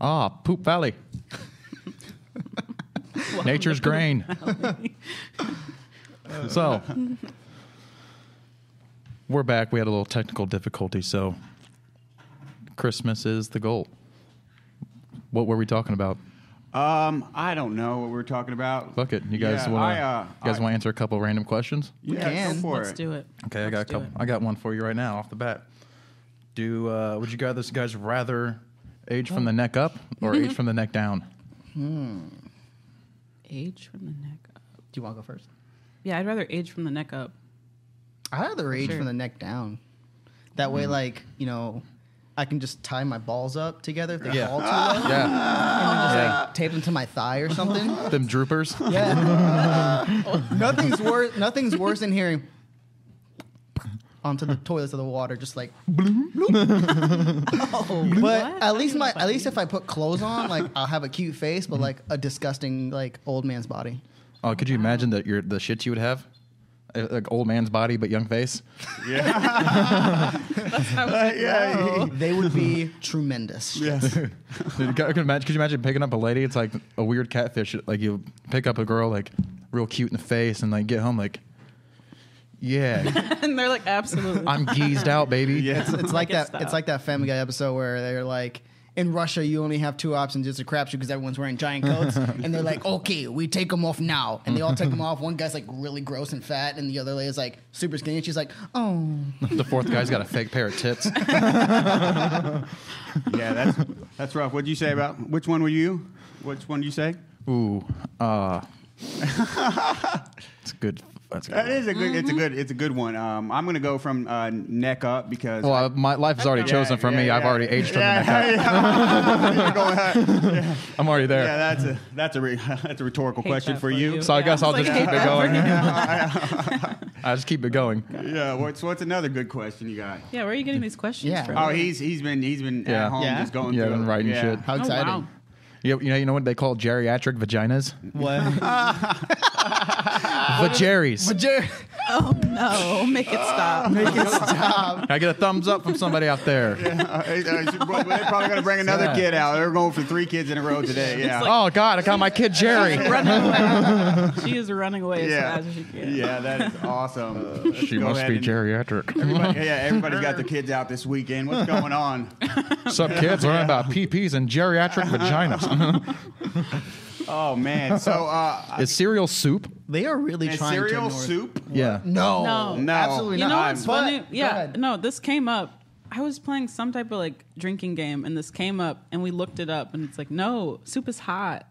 Ah, Poop Valley. Nature's grain. so we're back. We had a little technical difficulty. So Christmas is the goal. What were we talking about? Um, I don't know what we're talking about. Fuck it. You guys Yeah, want I, to? uh, you guys I- want to answer a couple random questions? Yeah, can. go for Let's it. do it. Okay, I Let's got a do couple. it. I got one for you right now, off the bat. Do uh, would you guys guys rather age Oh. from the neck up or age from the neck down? Age from the neck up. Do you want to go first? Yeah, I'd rather age from the neck up. I have the rage Sure. from the neck down. That way, like you know, I can just tie my balls up together if they Yeah. fall too low, Yeah, like, tape them to my thigh or something. them droopers. yeah. nothing's worse. Nothing's worse than hearing onto the toilets of the water, just like. Oh, But What? at least my, at least if I put clothes on, like I'll have a cute face, but like a disgusting like old man's body. Oh, could you imagine that you're the shit you would have? Uh, Like old man's body but young face. Yeah. Oh. yeah. They would be tremendous. Yes. Dude, could, could imagine, could you imagine picking up a lady? It's like a weird catfish. Like you pick up a girl like real cute in the face and like get home like, yeah, and they're like, absolutely. I'm geezed out, baby. Yeah. It's, it's Like like it's that. It's that. like that Family Guy episode where they're like, in Russia, you only have two options. It's a crapshoot because everyone's wearing giant coats, and they're like, okay, we take them off now, and they all take them off. One guy's like really gross and fat, and the other lady's like super skinny. And she's like, oh, The fourth guy's got a fake pair of tits. Yeah, that's that's rough. What'd you say about which one were you? Which one do you say? Ooh, uh, it's good. That's That good. is a good. It's a good. It's a good one. Um, I'm gonna go from uh, neck up because. Well, Oh, I- my life is already Yeah, chosen for yeah, me. I've yeah. already aged from yeah, the neck yeah, yeah. You're going, uh, up. I'm already there. yeah, that's a that's a re- that's a rhetorical Hate question that for you. So I guess I'll It's just like, keep hey, it that- going. I just keep it going. Yeah. What's what's another good question you got? Yeah, where are you getting these questions Yeah. from? Oh, he's he's been he's been Yeah. at home Yeah. just going Yeah, through been it. writing yeah. shit. how Oh, exciting! wow. You, you know, you know what they call geriatric vaginas? What? Vageries. Jer- Oh, no. Make it stop. Make it Can I get a thumbs up from somebody out there? Uh, they- they- they're probably gonna bring another Yeah. kid out. They're going for three kids in a row today. Yeah. Oh God, I got my kid Jerry. she is running away yeah. as fast as she can. Yeah. That is awesome. Let's She go must ahead be and- geriatric. Everybody, yeah, everybody's got their kids out this weekend. What's going on? Sup, kids? Learn about PPs and geriatric vaginas. Oh man. So uh, Is cereal soup? they are really is trying to cereal ignore- soup. Yeah. No, No. No. absolutely You not. know what's But- funny? go Yeah, ahead. no, this came up. I was playing some type of like drinking game, and this came up, and we looked it up, and it's like, no, soup is hot.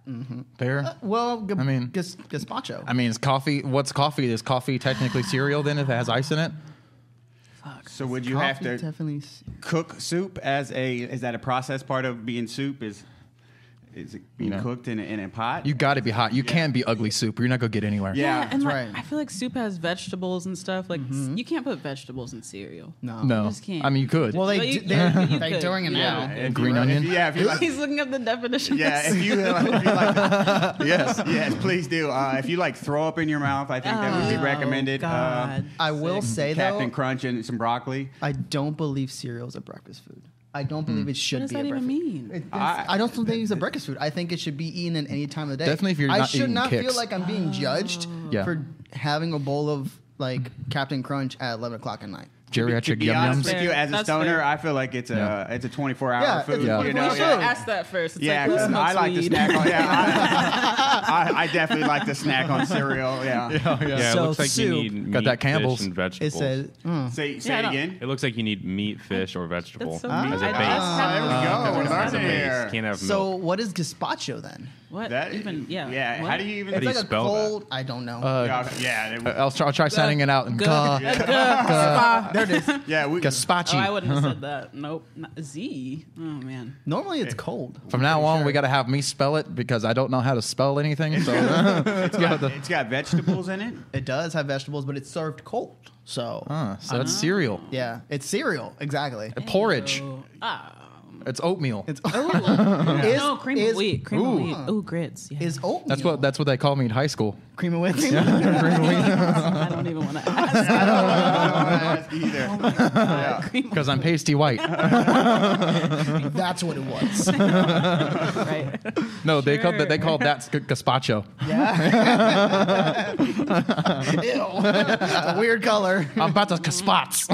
There. Well, g- I I mean- mean, gaz- gazpacho. I mean, is coffee? What's coffee? Is coffee technically cereal then if it has ice in it? So would you Coffee have to definitely. s- cook soup as a? Is that a process part of being soup? Is is it being You know. cooked in a, in a pot? You got to be hot. You can't be ugly soup. or You're not gonna get anywhere. Yeah. and that's like, right. Mm-hmm. I feel like soup has vegetables and stuff. Like, s- you can't put vegetables in cereal. No. No. Oh, just can't. I mean, you could. Well, Well, they you do, they're, could, you they're could. doing it Yeah. now. Uh, If you Green were- if- onion? yeah. If you like, He's looking up the definition. yeah. of If soup. you, if you like, yes. yes, please do. Uh, if you like throw up in your mouth, I think that would be Oh, recommended. Um, God. I will say Captain though, Crunch and some broccoli. I don't believe cereal is a breakfast food. I don't believe it should does be. that a even breakfast- mean? It- it's- I- I, don't think it's a breakfast food. I think it should be eaten at any time of the day. Definitely if you're I not should eating not feel Kix. like I'm being judged Yeah. for having a bowl of like Captain Crunch at eleven o'clock at night. to Geriatric be yum honest yums. with you, as a That's stoner, fair. I feel like it's a Yeah. it's a 24 hour Yeah, it's food. a You 24 know? we should hour Yeah. ask that first. It's Yeah, like, who 'cause smokes I like weed? to snack on. Yeah, I, I, I definitely like to snack on cereal. Yeah. Yeah, So it looks like soup- you need meat, Got that Campbell's. fish, and It vegetables. says mm, Say, say Yeah, I it don't- again. It looks like you need meat, fish, or vegetable That's so mean. as I a just base. have there we those go. things We're as a learning base. here. Can't have so. milk. What is gazpacho then? What? That- even? Yeah. Yeah. What? How do you even? How do you It's like a spell that? cold. I don't know. yeah. yeah, they- Uh, I'll, try, I'll try sounding it out. And Good. Gah, Good. Spa. there it is. yeah, we, gazpacho. Oh, I wouldn't have said that. Nope. Not, Z. Oh man. Normally eh. it's cold. From now on, we got to have me spell it because I don't know how to spell anything. So uh-huh. it's got, it's got vegetables in it. It does have vegetables, but it's served cold. So Ah. Uh-huh. Huh, so that's cereal. yeah, it's cereal exactly. Porridge. Oh, um, It's oatmeal. It's Is, no, cream is, of wheat. Cream Ooh. of wheat. Oh, grits. Yeah. Is oatmeal? that's what that's what they called me in high school. cream of wheat. I don't even want to ask. ask either. Uh, cream of Because I'm pasty white. That's what it was. right. No, they called that. They Sure. called that sc- gazpacho. Yeah. Ew. It's a weird color. I'm about to gazpats.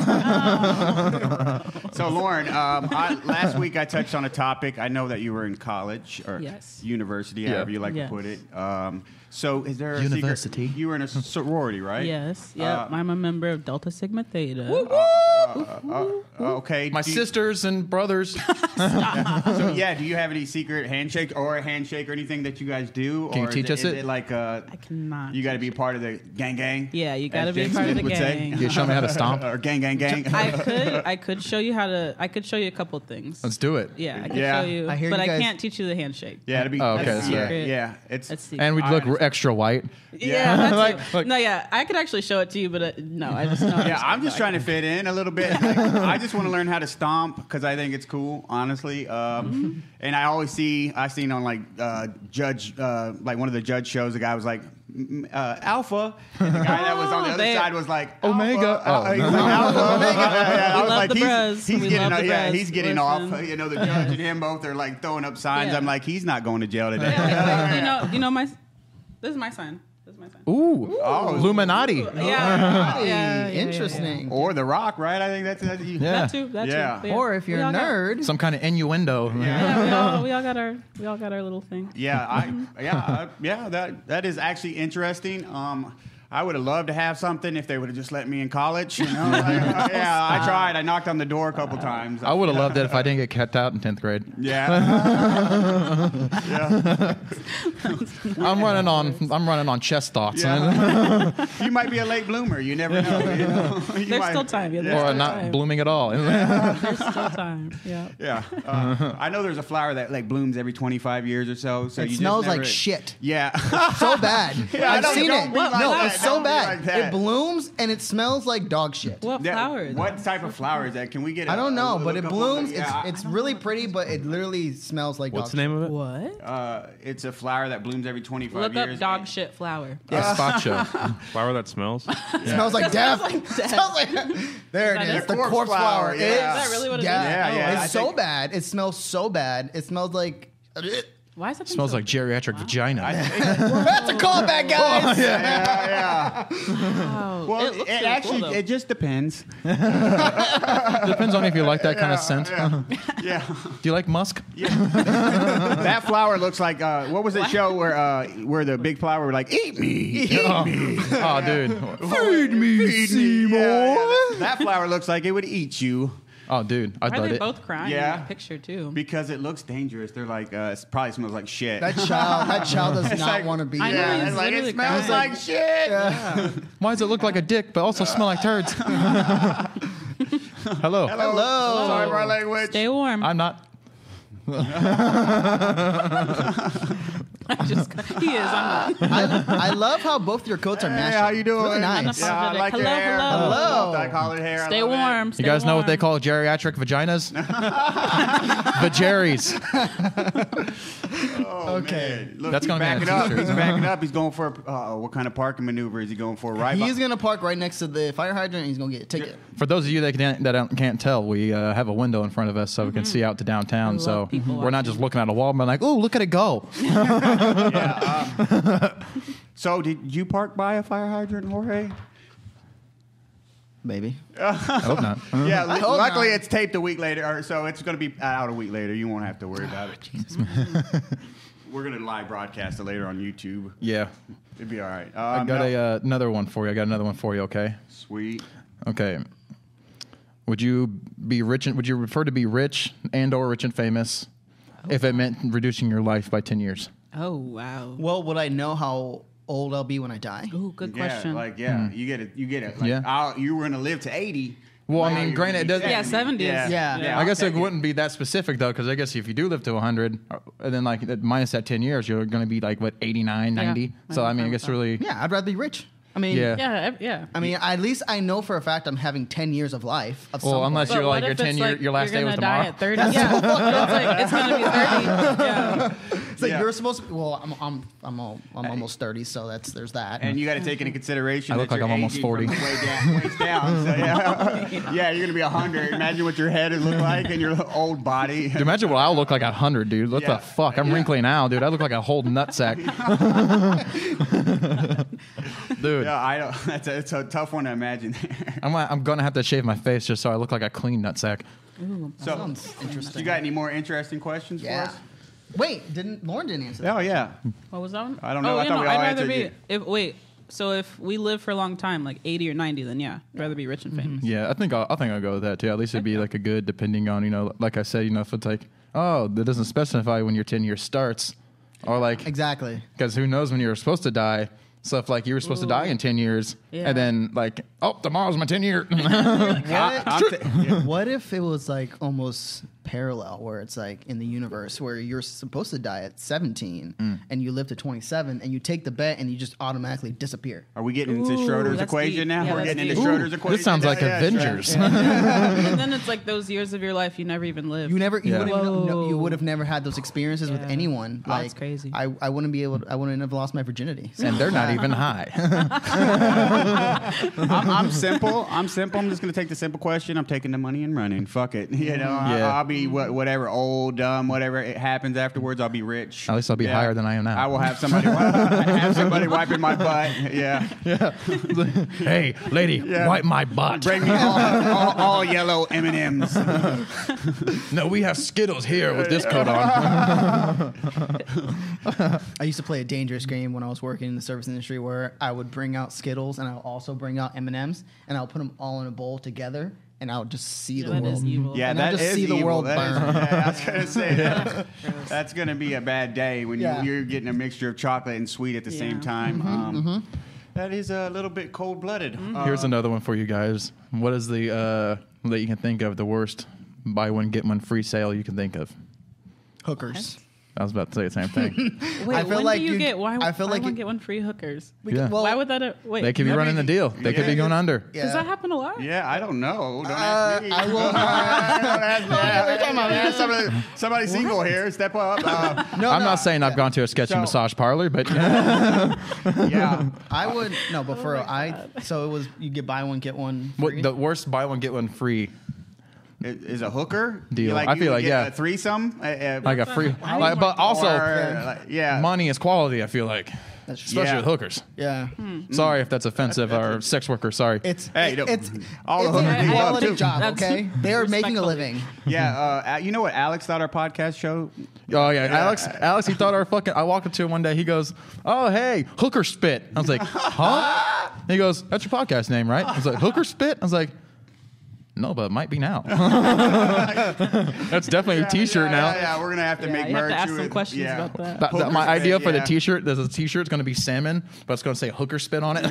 So, Lauren, um, I, last week I touched on a topic. I know that you were in college or Yes. university, however you like Yes. to put it. Um, so, is there a University. Secret? You were in a sorority, right? Yes. Yeah. Uh, I'm a member of Delta Sigma Theta. Uh, Okay. My do you- sisters and brothers. So, yeah. Do you have any secret handshake or a handshake or anything that you guys do? Can you or is teach us is it? it like uh, I cannot. you got to be part of the gang gang? Yeah, you as gotta be Jake part of Smith the would say? gang. You show me how to stomp. or gang gang gang. I could. I could show you how to. I could show you a couple things. Let's do it. yeah. I could Yeah. show you. I hear but you I guys- can't teach you the handshake. yeah. It'd be, Oh, okay, that's- that's yeah, secret. yeah. It's That's secret. And we'd I look understand. extra white. Yeah, that's Like- it. like- no, yeah, I could actually show it to you, but uh, no, I just know. Yeah, I'm just trying to fit in a little bit. Like, I just want to learn how to stomp because I think it's cool, honestly. Mm-hmm. Um, and I always see, I seen on like uh, judge, uh, like one of the judge shows, the guy was like mm, uh, alpha, and the guy that was on the Oh, other they- side was like Omega. alpha. Uh, Oh. he was like, alpha. Yeah, yeah, I We was love like, the he's, bros. he's We getting, love off, the yeah, bros. he's getting Listen. off. You know, the judge and him both are like throwing up signs. Yeah. I'm like, he's not going to jail today. Yeah, like, you know, you know my. This is my sign. This is my sign. Ooh, Oh. Illuminati. Yeah, yeah, yeah, yeah, Interesting. Or The Rock, right? I think that's, that's you. yeah. Yeah. That too. That Yeah. too. Or if you're We a all got- nerd, Some kind of innuendo. yeah, we all, we all got our we all got our little thing. Yeah, I, yeah, I, yeah. That that is actually interesting. Um, I would have loved to have something if they would have just let me in college. You know, Like, uh, yeah, I tried. I knocked on the door a couple times. Oh. I would have loved it if I didn't get kept out in tenth grade. yeah, yeah, I'm running on. I'm running on chest thoughts. yeah. you might be a late bloomer. You never know. You know? You There's might- still time. Yeah, there's Or still not time. blooming at all. There's still time. Yeah. Yeah, uh, I know there's a flower that like blooms every 25 years or so. So it you smells just never, like shit. Yeah, So bad. Yeah, I've don't- seen don't it. be like no, that. it's so Don't be bad. like that. it blooms and it smells like dog shit. What That- flower? is What that? type of flower is that? Can we get? I don't a- a know, little but it couple of- blooms. yeah, I- it's it's really pretty, but it literally smells like What's the dog name of it? What? uh, it's a flower that blooms every 25 Look years. up dog shit flower. Gazpacho. Flower that smells. shit. It smells like death. Smells like death. Smells like- there Is it that is. it? The corpse, Corpse flower, flower. yeah. It's- Is that really what it is? yeah. Yeah, yeah, It's I so think- bad. It smells so bad. It smells like. Why is that? thing Smells so- like geriatric I vagina. think- That's a callback, guys. yeah, yeah. Oh, Well, it, it, looks really actually cool, though. it just depends. Depends on if you like that kind of scent. Yeah, Do you like musk? that flower looks like uh, what was the show where uh, where the big flower were like eat me, eat Oh, me, oh, dude. feed me, Seymour. that, that flower looks like it would eat you Oh, dude. I Why are thought they it. both crying Yeah. in that picture too? because it looks dangerous. They're like uh, it probably smells like shit. That child. That child does not like- want to be. I know, there. yeah, he's it's like it literally smells crying. like shit. Why does it look like a dick, but also smell like turds? Hello. Hello. Hello. sorry for our language. Stay warm. I'm not. I just he is. I'm not. I, I love how both your coats are Hey, matching. how you doing? Really nice. Yeah, I like your Hello, hair. hello. Hello. Multicolored hair. I Stay love it. warm. Stay You guys know what they warm. call geriatric vaginas? Vageries. Oh, Okay. man. Look, That's he's gonna be on backing a up. t-shirt. He's backing up. He's going for a, uh, what kind of parking maneuver is he going for? Right. He's gonna park right next to the fire hydrant. and He's gonna get a ticket. For those of you that can't, that don't- can't tell, we uh, have a window in front of us so we can see out to downtown. We Mm-hmm. love So people we're not watching. just looking at a wall, but like, oh, look at it go. So, did you park by a fire hydrant, Jorge? Maybe. I hope not. Yeah. lu- hope luckily, not. it's taped a week later, or so it's going to be out a week later. You won't have to worry about it. Oh, We're going to live broadcast it later on YouTube. Yeah. It'd be all right. I Um, got no- a, uh, another one for you. I got another one for you, okay? sweet. Okay. Would you be rich? And, would you prefer to be rich and or rich and famous if it meant reducing your life by ten years? Oh wow. Well, would I know how old I'll be when I die? Ooh, good Yeah, question. like yeah, you get it. You get it. Like, Hmm. Yeah. I'll, you were going to live to eighty. Well, I Now mean, you're granted, it gonna be doesn't- Yeah, 70s. Yeah, Yeah. yeah. I guess I'll it take wouldn't be that specific though, because I guess if you do live to 100, uh, and then like that minus that 10 years, you're going to be like what 89, 90. I so I mean, I agree guess with that. really, Yeah, I'd rather be rich. I mean, Yeah. yeah, ev- yeah. I mean, at least I know for a fact I'm having 10 years of life. Of Well, some unless But you're what like if your ten, it's your, like your last you're day was gonna tomorrow. Die at thirty. yeah, it's like it's gonna be thirty. Yeah. It's like Yeah. you're supposed to. Be, well, I'm I'm I'm, al- I'm almost thirty, so that's there's that. And you got to take into consideration. I look that like you're I'm almost aging 40. From the way down, waist down. So, yeah. yeah, you're gonna be hundred. Imagine what your head would look like and your old body. Dude, imagine what I'll look like at hundred, dude. What Yeah. the fuck? I'm Yeah. wrinkly now, dude. I look like a whole nutsack. dude, Yeah, I don't. That's a, it's a tough one to imagine. There. I'm, I'm gonna have to shave my face just so I look like a clean nutsack. So, sounds interesting. You got any more interesting questions yeah. for us? Wait, didn't Lauren didn't answer? that. Oh yeah. What was that one? I don't know. Oh, I you thought know, we all I'd rather answered be you. if wait. So if we live for a long time, like eighty or ninety, then yeah, I'd rather be rich and famous. Yeah, I think I'll, I think I'll go with that too. At least it'd be like a good, depending on you know, like I said, you know, if it's like, oh, that doesn't specify when your ten years starts, or like, Exactly. because who knows when you're supposed to die. So if like you were supposed to die in ten years, Yeah. and then like, oh, tomorrow's my ten year. What, I'm ta- yeah. what if it was like almost parallel, where it's like in the universe where you're supposed to die at 17 Mm. and you live to 27, and you take the bet and you just automatically disappear? Are we getting into Ooh, Schrodinger's that's equation deep. now? Yeah, We're that's getting into deep. Ooh, Schrodinger's equation. this sounds like Yeah, yeah, Avengers. and then it's like those years of your life you never even lived. You never, you Yeah. would have, no, you Whoa. would have never had those experiences with Yeah. anyone. Wow, that's crazy. I, I wouldn't be able, to, I wouldn't have lost my virginity. So- and they're not even high. I'm, I'm simple. I'm simple. I'm just gonna take the simple question. I'm taking the money and running. Fuck it. You know, I- Yeah. I'll be what, whatever, old, dumb, whatever it happens afterwards. I'll be rich. At least I'll be higher than I am now. I will have somebody. have somebody wiping my butt. Yeah. hey, lady, Yeah. wipe my butt. Bring me all, all, all yellow M and M's. No, we have Skittles here with this coat on. I used to play a dangerous game when I was working in the service industry where I would bring out Skittles and I would also bring out M&Ms and I would put them all in a bowl together and I would just see Yeah, the that world. is evil. Yeah, And I that is just see the evil. world That is- burn. yeah, I was gonna say that. that's gonna be a bad day when Yeah. Mm-hmm, you, you're getting a mixture of chocolate and sweet at the same Yeah. time. um, that is a little bit Um, cold blooded. Here's another one for you guys. What is the uh, that you can think of the worst buy one get one free sale you can think of? Hookers. I was about to say the same thing. Wait, I feel when like do you, you- get why? I feel buy like one you- get one free hookers. We- Yeah. well, why would that? uh, Wait, they could be That'd running be- the deal. They could yeah. be going under. Yeah. does that happen a lot? Yeah, I don't know. Don't Uh, ask me. I will- Don't ask me. Yeah, we're talking about that. Somebody, somebody single here, step up. Uh, No, I'm no, not saying I've yeah. gone to a sketchy So- massage parlor, but yeah. I would no, but for Oh my real, I so it was you get buy one get one. what, free. the worst buy one get one free, Is, is a hooker Deal. You I feel you like, get yeah. a threesome. Uh, uh, like a free. I like- don't but like also, or, like, yeah. money is quality. I feel like, That's true. especially Yeah. with hookers. yeah, Hmm. Sorry if that's offensive or sex worker. Sorry. it's Hey, it- don't- it's all it's of them a do love, quality too. job. That's- okay, they are making a Respectfully. living. Yeah, uh, uh, you know what Alex thought our podcast show? Oh yeah, Alex. Alex, he thought our fucking. I walked up to him one day. He goes, "Oh hey, hooker spit." I was like, "Huh?" he goes, "That's your podcast name, right?" I was like, "Hooker spit." I was like, "No, but it might be now." That's definitely a T-shirt yeah, now. Yeah, yeah, we're gonna have to Yeah, make you have merch. to ask some with- questions yeah. about that. That- that- my Hooker spit, idea for yeah. the T-shirt. There's a T-shirt. It's gonna be salmon, but it's gonna say hooker spit on it.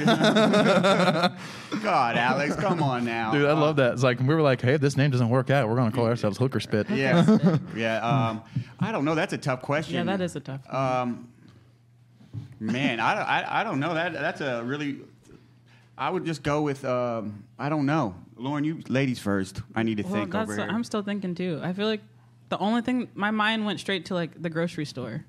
God, Alex, come on now, Uh, Dude, I love that. It's like we were like, "Hey, if this name doesn't work out, we're gonna call ourselves hooker spit." Yeah, yeah. Um, I don't know. That's a tough question. Yeah, that is a tough. One. Um, man, I, don't- I, I don't know. That that's a really. I would just go with um, I don't know, Lauren. You ladies first. I need to well, think that's over what here. I'm still thinking too. I feel like the only thing my mind went straight to like the grocery store,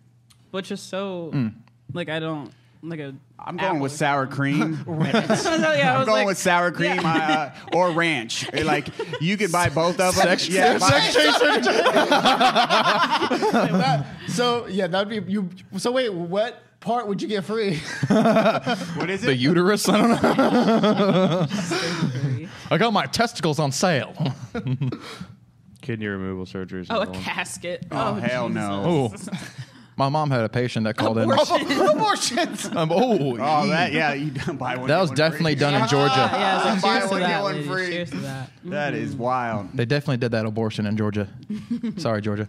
which is so like I don't like a. Hmm. I'm going with apple. sour cream. So, yeah, I I'm was going like, with sour cream uh, or ranch. Like you could buy both of them. Sex- yeah, buy- So yeah, that would be you. So wait, what part would you get free? what is The it? uterus. I don't know. surgery. I got my testicles on sale. Kidney removal surgery. Is Oh, a another one. casket. Oh, hell no. Oh, my mom had a patient that called in. Abortions. Um, oh, Oh, that yeah, you don't buy one. That get was one definitely free. done in Georgia. Yeah, I was Buy like, cheers to one, get that, one ladies. free. Cheers to that. That is wild. They definitely did that abortion in Georgia. Sorry, Georgia.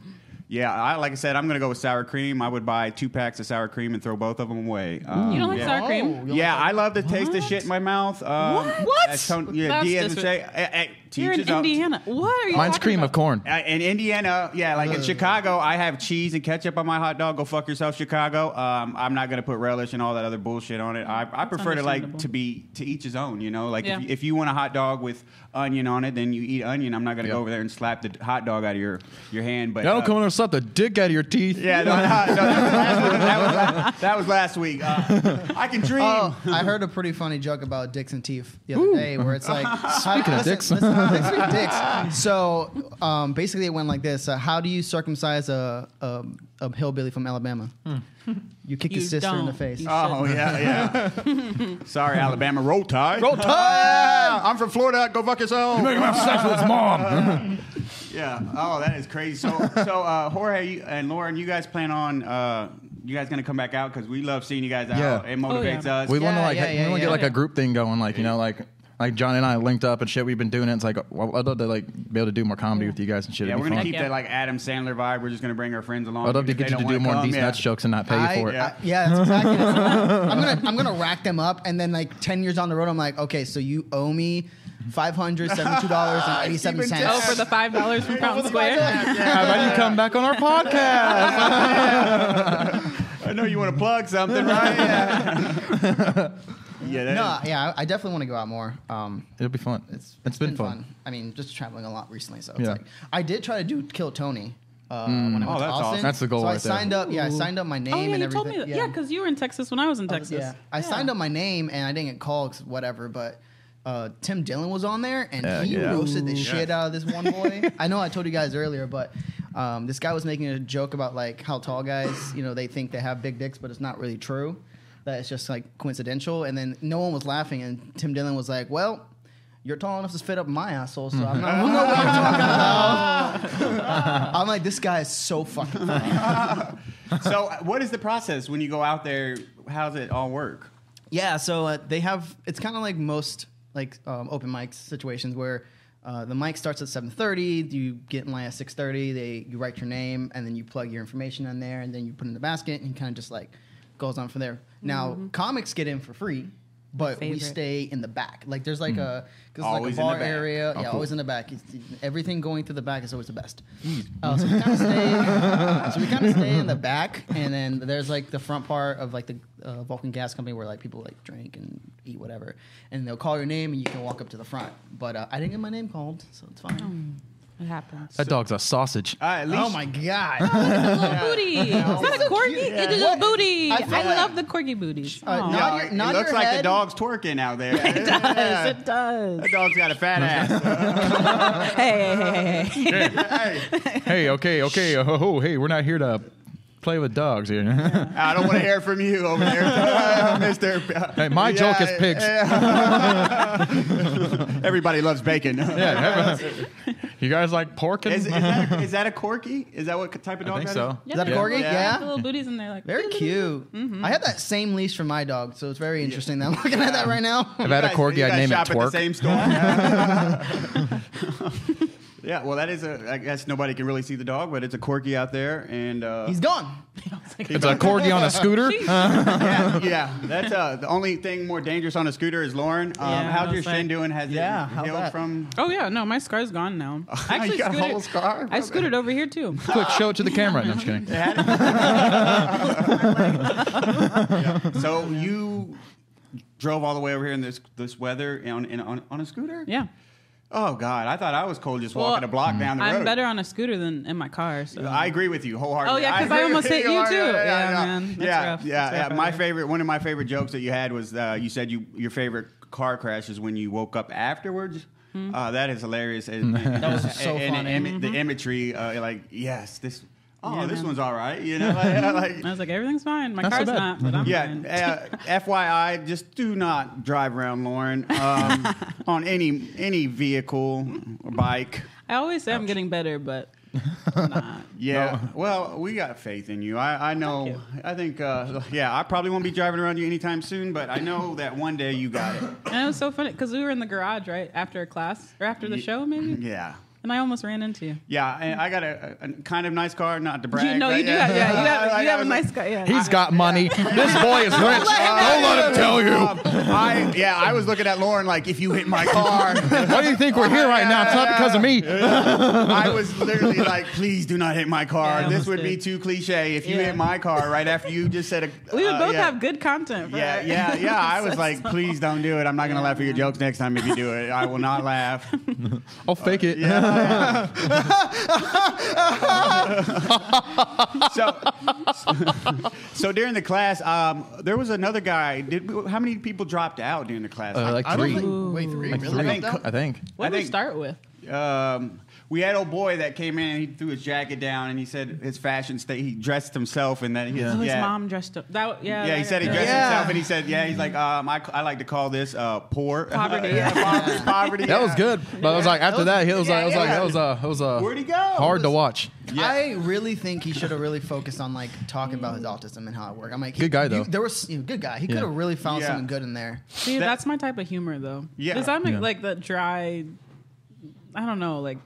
Yeah, I like I said, I'm gonna go with sour cream. I would buy two packs of sour cream and throw both of them away. Um, You don't Oh, like yeah. sour cream? Yeah, I love to taste the shit in my mouth. Um, What? that's ton- What? yeah, That's Diaz and disre- Shay. eh, eh, You're in teaches out- Indiana. What are you? Mine's talking cream about? of corn. Uh, in Indiana, yeah, like in Chicago, I have cheese and ketchup on my hot dog. Go fuck yourself, Chicago. Um, I'm not gonna put relish and all that other bullshit on it. I, I prefer to like understandable. to be to each his own. You know, like Yeah. if, you, if you want a hot dog with onion on it, then you eat onion. I'm not gonna Yeah. go over there and slap the hot dog out of your your hand. But Y'all uh, don't come in and slap the dick out of your teeth. Yeah, no, no, no, that, was last week. That was la- that was last week. Uh, I can dream. Oh, I heard a pretty funny joke about dicks and teeth the other day, where it's like, speaking of dicks. speaking of dicks. So um, basically, it went like this: uh, How do you circumcise a, a, a hillbilly from Alabama? You kick Hmm. You his sister in the don't. face. You Oh yeah, yeah. Sorry, Alabama. Roll Tide. Roll Tide! I'm from Florida. Go fuck yourself. Make him have sex with his mom. Yeah. Oh, that is crazy. So, so uh, Jorge you- and Lauren, you guys plan on uh, you guys gonna come back out because we love seeing you guys out. Yeah. It motivates Oh, yeah. us. We want to Yeah, like yeah, we yeah, want to yeah. get like a group thing going, like you know, like like John and I linked up and shit. We've been doing it. It's like well, I'd love to like be able to do more comedy with you guys and shit. yeah, It'd we're be gonna fun. keep yeah. that like Adam Sandler vibe. We're just gonna bring our friends along. I'd love to even get if you they to don't do wanna more of come. these Yeah. nuts jokes and not pay you I, for it. I- yeah, that's exactly. that's what- I'm gonna I'm gonna rack them up, and then like ten years down the road, I'm like, okay, so you owe me five hundred seventy-two dollars and eighty-seven Keep in cents. touch. Oh, for the five dollars from Fountain Square. How about you come back on our podcast? I know you want to plug something, right? Yeah. yeah that no, is- yeah, I I definitely want to go out more. Um, It'll be fun. it's it's been, fun. I mean, just traveling a lot recently, so it's Yeah. like I did try to do Kill Tony. Uh, Mm. when I went Oh, to that's Austin. awesome. That's the goal So I right there. signed up. Yeah, I signed up my name Oh yeah, and you everything. Oh, told me that. Yeah, because you were in Texas when I was in Texas. Yeah. I signed up my name and I didn't get called 'cause whatever, but uh, Tim Dillon was on there and Yeah, he yeah. roasted the shit out of this one boy. I know I told you guys earlier, but um, this guy was making a joke about like how tall guys, you know, they think they have big dicks, but it's not really true. That it's just like coincidental. And then no one was laughing, and Tim Dillon was like, "Well." You're tall enough to fit up my asshole, so I'm not. I don't know what I'm talking about. I'm like, this guy is so fucking. funny. so, uh, what is the process when you go out there? How's it all work? Yeah, so uh, they have. It's kind of like most like um, open mic situations where uh, the mic starts at seven thirty. You get in line at six thirty. They you write your name and then you plug your information in there and then you put it in the basket and kind of just like goes on from there. Now comics get in for free. But we Favorite. stay in the back. Like there's like a cause like Always a in the bar back. area. Oh, yeah, cool. always in the back. It's, everything going through the back is always the best. Uh, so we kind of stay. so we kind of stay in the back, and then there's like the front part of like the uh, Vulcan Gas Company where like people like drink and eat whatever, and they'll call your name and you can walk up to the front. But uh, I didn't get my name called, so it's fine. It happens. That dog's a sausage. Uh, at least Oh my god! Little booty. It's not a corgi. It's just a booty. I, I feel like- love the corgi booties. Uh, Aw. no, Nod your- it nod looks your like the head. dog's twerking out there. it does. Yes, it does. That dog's got a fat ass. Hey, hey, hey, hey, hey. Hey, hey, okay, okay. Oh, oh, hey, we're not here to play with dogs here. I don't want to hear from you over there, Mister. hey, my joke is pigs. Everybody loves bacon. Yeah, you guys like pork and Is, is, that a, is that a corky? Is that what type of dog I think that so. is? Is that a Yeah. corgi? Yeah. Yeah. The little booties in there, like Very cute. I had that same leash for my dog, so it's very interesting that I'm looking at that right now. If I had a You guys- corgi, you I'd guys name it shop At the twerk. same store. yeah, well, that is a. I guess nobody can really see the dog, but it's a corky out there, and uh, He's gone. It's a corgi on a scooter. yeah, yeah. That's uh, the only thing more dangerous on a scooter is Lauren. Um, Yeah, how's I your was shin like- doing? Has Yeah, it how's healed that? from? Oh yeah, no, my scar's gone now. I actually got a scooted, whole scar? I scooted over here too. Quick, show it to the camera. No, I'm just kidding. So you drove all the way over here in this this weather on in, on, on a scooter? Yeah, Oh God, I thought I was cold just Well, walking a block down the road. I'm better on a scooter than in my car. So I agree with you wholeheartedly. Oh, yeah, 'cause I agree almost with hit you, too. Yeah, Yeah, yeah, man. That's yeah, rough. yeah, That's rough yeah. out My there. favorite, one of my favorite jokes that you had was uh, you said you your favorite car crash is when you woke up afterwards. Hmm. Uh, that is hilarious. And, that was so funny. The imagery, uh, like yes, this. Oh, Mm-hmm. Yeah, this man. one's all right. You know, like, I was like, everything's fine. My Not so car's bad. not, but I'm fine. yeah. Uh, FYI, just do not drive around Lauren um, on any any vehicle or bike. I always say I'm getting better, but I'm not. Yeah. Well, we got faith in you. I, I know. Thank I think. Uh, yeah, I probably won't be driving around you anytime soon, but I know that one day you got it. and it was so funny because we were in the garage right after a class or after the Ye- show, maybe. Yeah. and I almost ran into you. Yeah, and I got a, a kind of nice car, not to brag. you know, right? you do have, yeah, you have, Like, you I have a was nice guy. Yeah, He's got money. This boy is rich. Don't let him tell you. Um, I yeah, I was looking at Lauren like, if you hit my car, Why do you think we're here right now? It's not because of me. I was literally like, please do not hit my car. Yeah, I this would be almost did. too cliche if you Yeah. hit my car right after you just said a. we would uh, both yeah. have good content. For Yeah, that. yeah, yeah. I was like, please don't do it. I'm not gonna laugh at your jokes next time if you do it. I will not laugh. I'll fake it. So, so during the class, um, there was another guy. Did we, how many people dropped out during the class? Uh, like I don't three. think. Wait, three? Like really? three. think- I think. What I did we think- start with? um, we had old boy that came in and he threw his jacket down and he said his fashion state. He dressed himself and then Yeah. Oh, his yeah. mom dressed up. That yeah. Yeah, he that- said he that- dressed Yeah. himself and he said, yeah, he's like, um, I, I like to call this uh, poor. Poverty. yeah, poverty. poverty, That yeah. was good, but I was like after that, he was like, I was like, that was uh, it was uh, Where'd he go? hard to watch. I really think he should have really focused on like talking about his autism and how it worked. I'm like, Good guy, you- though. There was you know, good guy. He could have really found Yeah. something good in there. See, That- that's my type of humor, though. Yeah. Does that make Yeah. like the dry? I don't know. Like,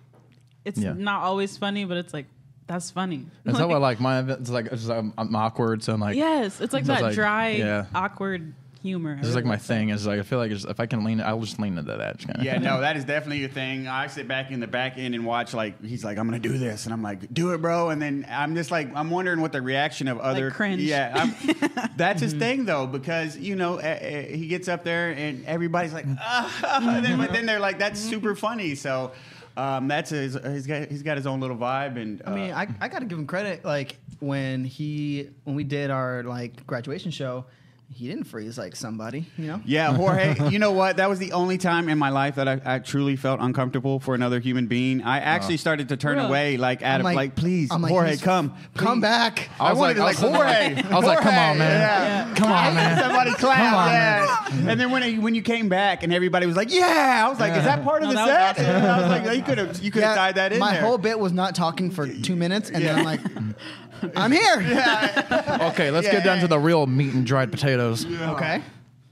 it's Yeah. not always funny, but it's like that's funny. Is that what like my it's like it's, um, I'm awkward, so I'm like, Yes, it's like So it's that like- dry, yeah. awkward humor. this is like my thing. Is like I feel like it's, if I can lean, I'll just lean into that. Kind of. Yeah, no, that is definitely a thing. I sit back in the back end and watch. Like he's like, I'm gonna do this, and I'm like, do it, bro. And then I'm just like, I'm wondering what the reaction of other cringe. Yeah, I'm, that's his thing though, because you know uh, uh, he gets up there and everybody's like, ah, and then, but then they're like, that's super funny. So um, that's his. He's got he's got his own little vibe, and uh, I mean, I, I got to give him credit. Like when he when we did our like graduation show, he didn't freeze like somebody. You know. Yeah, Jorge. you know what? That was the only time in my life that I, I truly felt uncomfortable for another human being. I actually Uh. started to turn Really? away, like Adam, like, please, I'm like, Jorge, he's- come, come please." back. I I, was wanted like- to I like was like- Jorge. I was like, come Jorge." on, man. Yeah. Come on, man. Somebody clap. Come on, yeah. And then when he, when you came back and everybody was like, yeah, I was like, is that part of No, the that set? And I was like, no, you could have you could have tied that in my there. whole bit was not talking for two minutes, and Yeah. then I'm like, I'm here. Okay, let's get Yeah. down to the real meat and dried potatoes. Okay.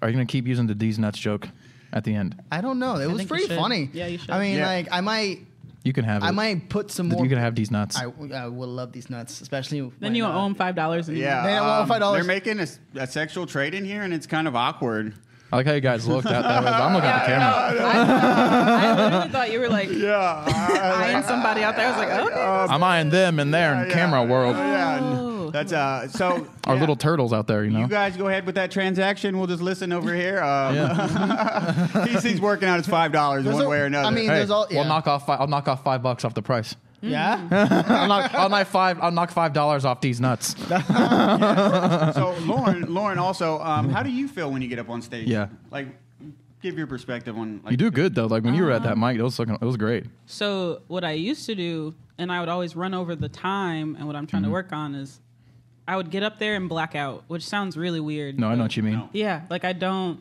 Are you gonna keep using the D's nuts joke at the end? I don't know. It was think you pretty should. funny. Yeah, you should. I mean, Yeah. like I might, You can have. I it. might put some more. You can have these nuts. I, I will love these nuts, especially Then when, you uh, owe him five dollars. yeah, They don't want um, $5. they're making a, s- a sexual trade in here, and it's kind of awkward. I like how you guys looked out that way, but I'm looking at the camera. I, literally thought you were like Yeah, eyeing somebody out there. I was like, okay. I'm eyeing them in there in yeah. camera world. Oh. yeah. That's uh. So Our yeah. little turtles out there, you know. You guys go ahead with that transaction. We'll just listen over here. Um, he's, he's working out his five dollars There's one a- way or another. I mean, Hey, there's all. Yeah. we'll knock off. Five, I'll knock off five bucks off the price. yeah. I'll knock. I'll knock five. I'll knock five dollars off these nuts. so Lauren, Lauren, also, um, how do you feel when you get up on stage? Yeah. like give your perspective on. Like, You do good though. Like when you were at that mic, it was looking. It was great. So what I used to do, and I would always run over the time, and what I'm trying to work on is, I would get up there and black out, which sounds really weird. No, I know what you mean. No. Yeah, like I don't.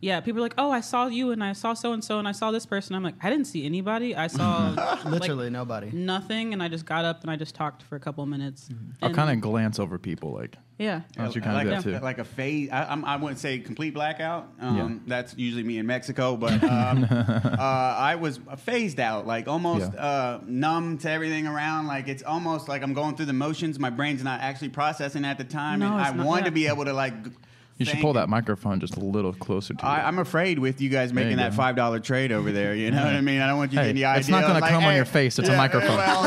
Yeah, people are like, oh, I saw you, and I saw so and so, and I saw this person. I'm like, I didn't see anybody. I saw like, Literally nobody. nothing, and I just got up and I just talked for a couple minutes. I'll kind of glance over people. Like yeah. that's what Mm-hmm. Oh, you uh, like, kind of a- do too. like a phase. I, I'm- I wouldn't say complete blackout. Um, Yeah. That's usually me in Mexico, but um, uh, I was phased out, like almost Yeah. uh, numb to everything around. Like it's almost like I'm going through the motions. My brain's not actually processing at the time, No, and it's I not- want yeah. to be able to like. g- You should think pull that microphone just a little closer to you. I, I'm afraid with you guys making you that go. five dollar trade over there. You know what I mean? I don't want you Hey, getting the idea. it's not gonna like, come on hey, your face, it's a microphone. well,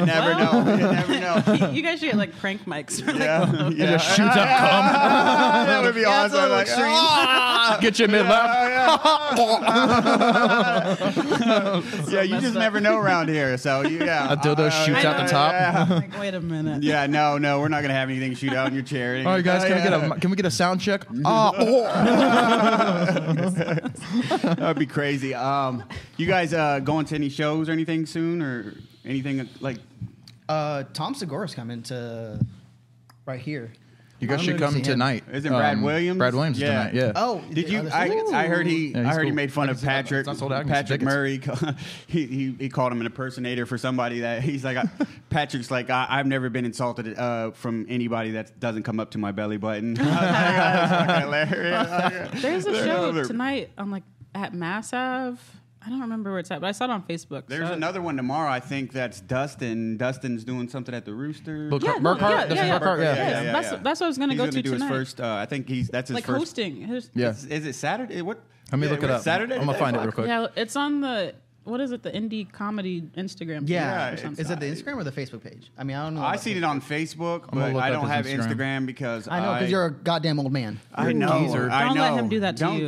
you never know. You never know. you guys should get like prank mics. Or, like, Yeah, yeah. Just shoot up, that would be Yeah, it's a awesome. little Like, extreme. ah! get your mid lap. yeah, you just messed up. never know around here. So you, yeah, Uh, A dildo shoots out the top. like, wait a minute. Yeah, no, no, we're not gonna have anything shoot out in your chair. All right, guys, can we get a can we get a sound check? Ah, oh. That'd be crazy. Um, you guys uh, going to any shows or anything soon, or anything like? Uh, Tom Segura's coming to right here. You guys I'm should gonna come see him. tonight. Isn't Brad Williams? Um, Brad Williams is Yeah. tonight. Yeah. Oh, Did you? are there I, tickets? I heard he. Yeah, I he's heard he cool. made fun Like I of said, it's Patrick. not sold out. I can get Patrick tickets. Murray. he, he he called him an impersonator for somebody that he's like. I- Patrick's like I, I've never been insulted uh, from anybody that doesn't come up to my belly button. That's fucking hilarious. There's a They're- show they're- tonight on like at Mass Ave. I don't remember where it's at, but I saw it on Facebook. There's so- another one tomorrow. I think that's Dustin. Dustin's doing something at the Rooster. Book- Yeah, no, Burkhart? yeah, That's yeah, yeah. Burkhart, yeah. Yes, Yeah, yeah, That's, that's what I was gonna He's go gonna to do tonight. His first, uh, I think he's that's his like first. hosting. His- Yeah. Is, is it Saturday? What? Let me look it what, up. Saturday. I'm gonna find it real quick. Yeah, it's on the what is it? The indie comedy Instagram. page Yeah, or it's- something. Is it the Instagram or the Facebook page? I mean, I don't know. I about seen it Facebook. on Facebook, gonna but look I up don't his have Instagram. Instagram, because I know because you're a goddamn old man. I know. geezer. I Don't know. let him do that to Don't-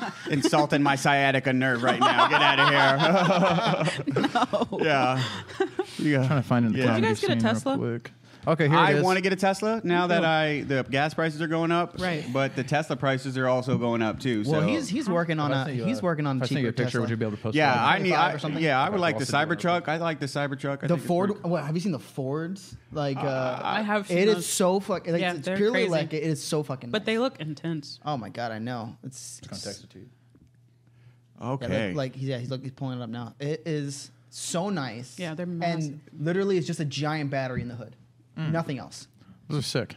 you. insulting my sciatica nerve right now. Get out of here. yeah. trying Yeah. to find it in the Yeah. Did you comedy guys get a scene real Tesla? quick. Okay, here it I is. want to get a Tesla now that I the gas prices are going up. Right. But the Tesla prices are also going up too. So Well, he's he's working on If I a sent you he's a- working on if the I sent cheaper you a picture. Tesla. Would you be able to post? yeah, that? I need. 25 I, or something? Yeah, I would Okay, like I'll the send you that real Cybertruck. I like the Cybertruck. I The think it's Ford. pretty What, have you seen the Fords? Like uh, I have seen It is those. so fucking. Like, Yeah, it's they're purely crazy. like it is so fucking. But nice. they look intense. Oh my god, I know. It's, it's cool. yeah, Okay. like, like he's yeah, he's look, he's pulling it up now. It is so nice. Yeah, they're and massive. literally it's just a giant battery in the hood, nothing else. Those are sick.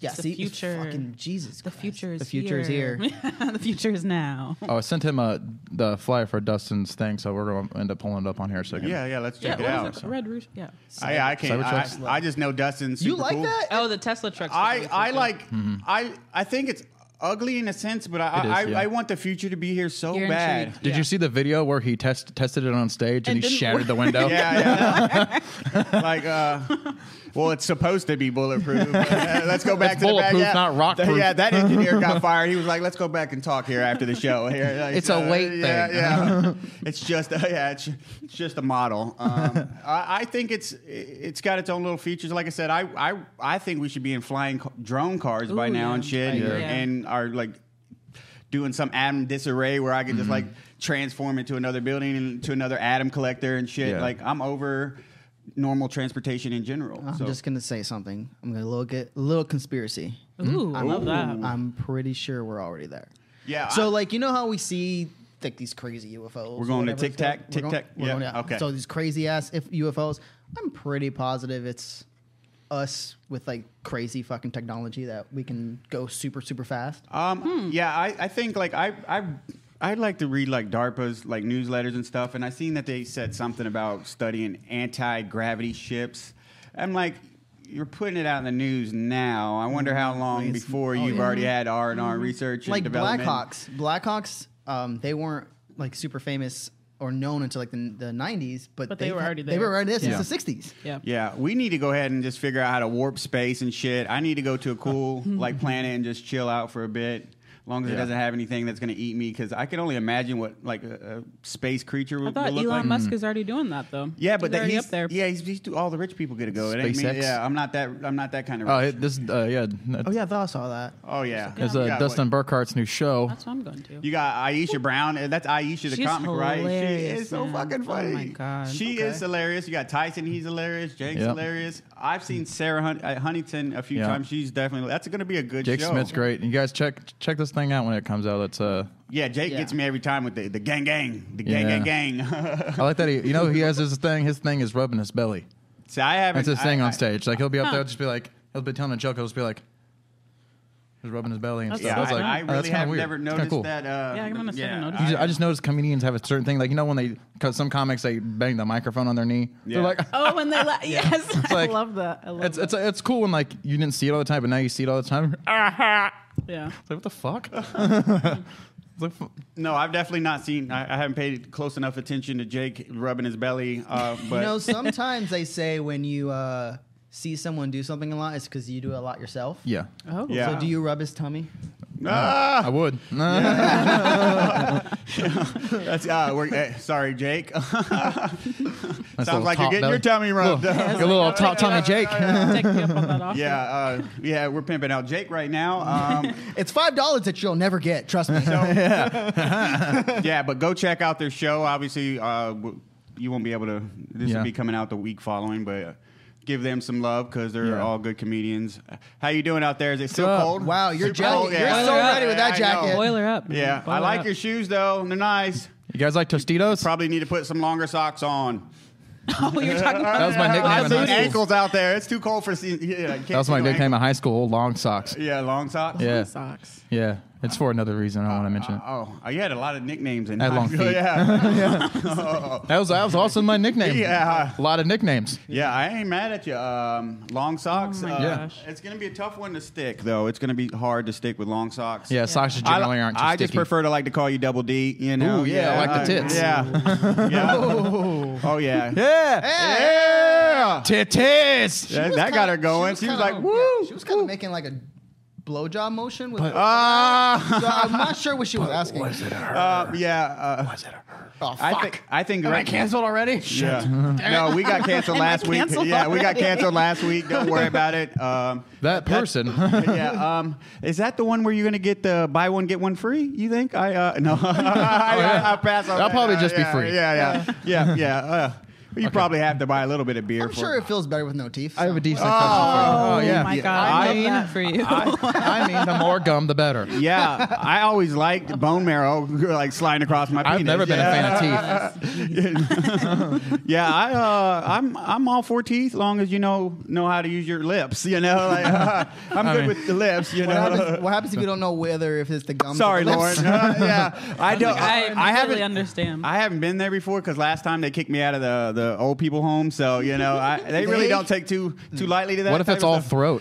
Yeah, It's the see, it's future. fucking Jesus, The Christ. future is the future is here. here. the future is now. Oh, I sent him uh, the flyer for Dustin's thing, so we're gonna end up pulling it up on here a second. yeah, yeah. Let's check what is it out. it? Red Rooster. Yeah. I, I can't. I, Cybertruck's I just know Dustin's. Super You like cool. that? Oh, the Tesla trucks. I, I like I I think it's ugly in a sense, but I It is, I, yeah. I want the future to be here so You're bad. intrigued. Did Yeah. you see the video where he test tested it on stage and, And he didn't shattered work. the window? Yeah, yeah. like uh, well, it's supposed to be bulletproof. But, uh, let's go back It's to the back. bulletproof, yeah. not rock-proof. Yeah, that engineer got fired. He was like, "Let's go back and talk here after the show." Here, like, It's a weight yeah, thing. Yeah, it's just uh, yeah, it's, it's just a model. Um, I, I think it's it's got its own little features. Like I said, I I I think we should be in flying ca- drone cars by Ooh, now yeah. and shit, I and, agree. Yeah. and are like doing some atom disarray where I could just like transform into another building and to another atom collector and shit. Yeah. Like I'm over normal transportation in general. I'm so. just gonna say something. I'm gonna look at little conspiracy. Ooh, I love that. I'm pretty sure we're already there. yeah. So I- like you know how we see like these crazy UFOs. We're going to or whatever Tic it's called? Tac, We're Tic going- Tac, we're yeah, going to- okay. So these crazy ass if UFOs. I'm pretty positive it's us with like crazy fucking technology that we can go super super fast. Um, Hmm. Yeah, I, I think like I I I'd like to read like DARPA's like newsletters and stuff, and I seen that they said something about studying anti gravity ships. I'm like, you're putting it out in the news now. I wonder how long It's- before Mm-hmm. oh, you've yeah. Mm-hmm. already had R and R research and like development. Blackhawks. Blackhawks. Um, they weren't like super famous or known until like the, the 90s, but, But they they've were had- already They there. were already there Yeah. since the 60s. yeah. Yeah, we need to go ahead and just figure out how to warp space and shit. I need to go to a cool like planet and just chill out for a bit. As long as it Yeah. doesn't have anything that's going to eat me, because I can only imagine what like a, a space creature would, I thought would Elon look like. Musk is already doing that though. Yeah, but he's that already he's, up there. Yeah, he's, he's do- all the rich people get to go. It ain't me. SpaceX? Yeah, I'm not that. I'm not that kind of. Oh, rich. it, this uh, yeah. that- Oh yeah, I thought I saw that. oh yeah. There's You uh, got Dustin Burkhart's new show. That's what I'm going to. what- You got Aisha Brown. and That's Aisha the She's comic, right? She hilarious, is so man. fucking Oh, funny. my God. She is hilarious. You got Tyson. He's hilarious. Jake's Yep. hilarious. I've seen Sarah Hun- uh, Huntington a few Yeah. times. She's definitely. That's going to be a good Jake show. Smith's great. You guys check check this thing out when it comes out. It's uh, Yeah, Jake Yeah. gets me every time with the, the gang gang, the gang Yeah. gang gang. I like that he. You know, he has his thing. His thing is rubbing his belly. See, I haven't. That's his thing I- I- on stage. Like he'll be up there, just be like, he'll be telling a joke. He'll just be like, just rubbing his belly and That's- stuff. Yeah, I was I, like, "Oh, I really that's kinda have weird. never It's kinda noticed cool." that. Uh, Yeah, I'm honest, I haven't noticed You ju- I just noticed comedians have a certain thing. Like you know when they cut some comics, they bang the microphone on their knee. Yeah. They're like, oh, when they la- yes, I like- love that. I love it's that. it's it's cool when like you didn't see it all the time, but now you see it all the time. It's yeah. like what the fuck? It's like, f- No, I've definitely not seen. I, I haven't paid close enough attention to Jake rubbing his belly. Uh, but You know, sometimes they say when you uh, see someone do something a lot, it's because you do it a lot yourself. yeah, Oh, Yeah. So do you rub his tummy? I would. that's uh, we're, eh, sorry, Jake. That's a little Sounds like you're top getting belly. your tummy rubbed. Look, your little top tummy, Jake. Take me up on that offer. yeah, uh, yeah, we're pimping out Jake right now. Um, It's five dollars that you'll never get. Trust me. yeah, but go check out their show. Obviously, uh, w- you won't be able to. This Yeah. will be coming out the week following, but. Uh, Give them some love because they're Yeah. all good comedians. How you doing out there? Is it still up? cold? Wow, your Super jacket- cold, you're yeah. so Boiler up. ready with that I know. jacket. Boiler up. man. Yeah, I Boiler like up. your shoes though. They're nice. You guys like Tostitos? Probably need to put some longer socks on. Oh, you're talking about That was my nickname I in see high school. ankles out there. It's too cold for. se- Yeah, you can't That was my see no nickname in high school. Long socks. ankle. Yeah, long socks. Yeah, socks. yeah. It's for another reason. I don't want to mention it. Oh, oh, you had a lot of nicknames in I had high long school. feet. Yeah, That was that was also my nickname. Yeah. a lot of nicknames. yeah. I ain't mad at you. Um, long socks. Oh my uh, gosh. It's gonna be a tough one to stick, though. It's gonna be hard to stick with long socks. Yeah, socks I, generally aren't. Too I just sticky. prefer to like to call you Double D. You know. Ooh, yeah, I like the tits. Yeah. yeah. Oh yeah. Yeah, yeah, tits. That, that got her going. She was like, kinda- "Woo!" yeah, she was kind of making like a blowjob motion with. her- Ah. so I'm not sure what she was asking. Was it her? Uh, yeah. Uh, Oh, fuck. I think I think Am I canceled already? Yeah. No, we got canceled Am I last week. canceled yeah, we got already? canceled last week. Don't worry about it. Um, That person. yeah. Um, is that the one where you're gonna get the buy one get one free? You think? I uh, no. I, I, I pass on Oh, That'll that. probably Uh, just be yeah, free. Yeah, yeah, yeah, yeah. Uh, you probably have to buy a little bit of beer I'm for sure it feels better with no teeth. I have a so. decent. Oh, oh yeah. my God, I, I, love mean, that for you. I mean, the more gum, the better. Yeah, I always liked bone marrow like sliding across my penis. I've never been yeah. a fan of teeth. Yeah, I, uh, I'm I'm all for teeth, long as you know know how to use your lips. You know, like, I'm good mean- with the lips. You What know, happens, what happens if you don't know whether if it's the gums? or Sorry, the lips? Lauren. Uh, yeah, I don't. I, I, I haven't haven't. understand. I haven't been there before because last time they kicked me out of the, the old people home. So you know, I, they really They- don't take too too lightly to that. What if type it's of all stuff. throat?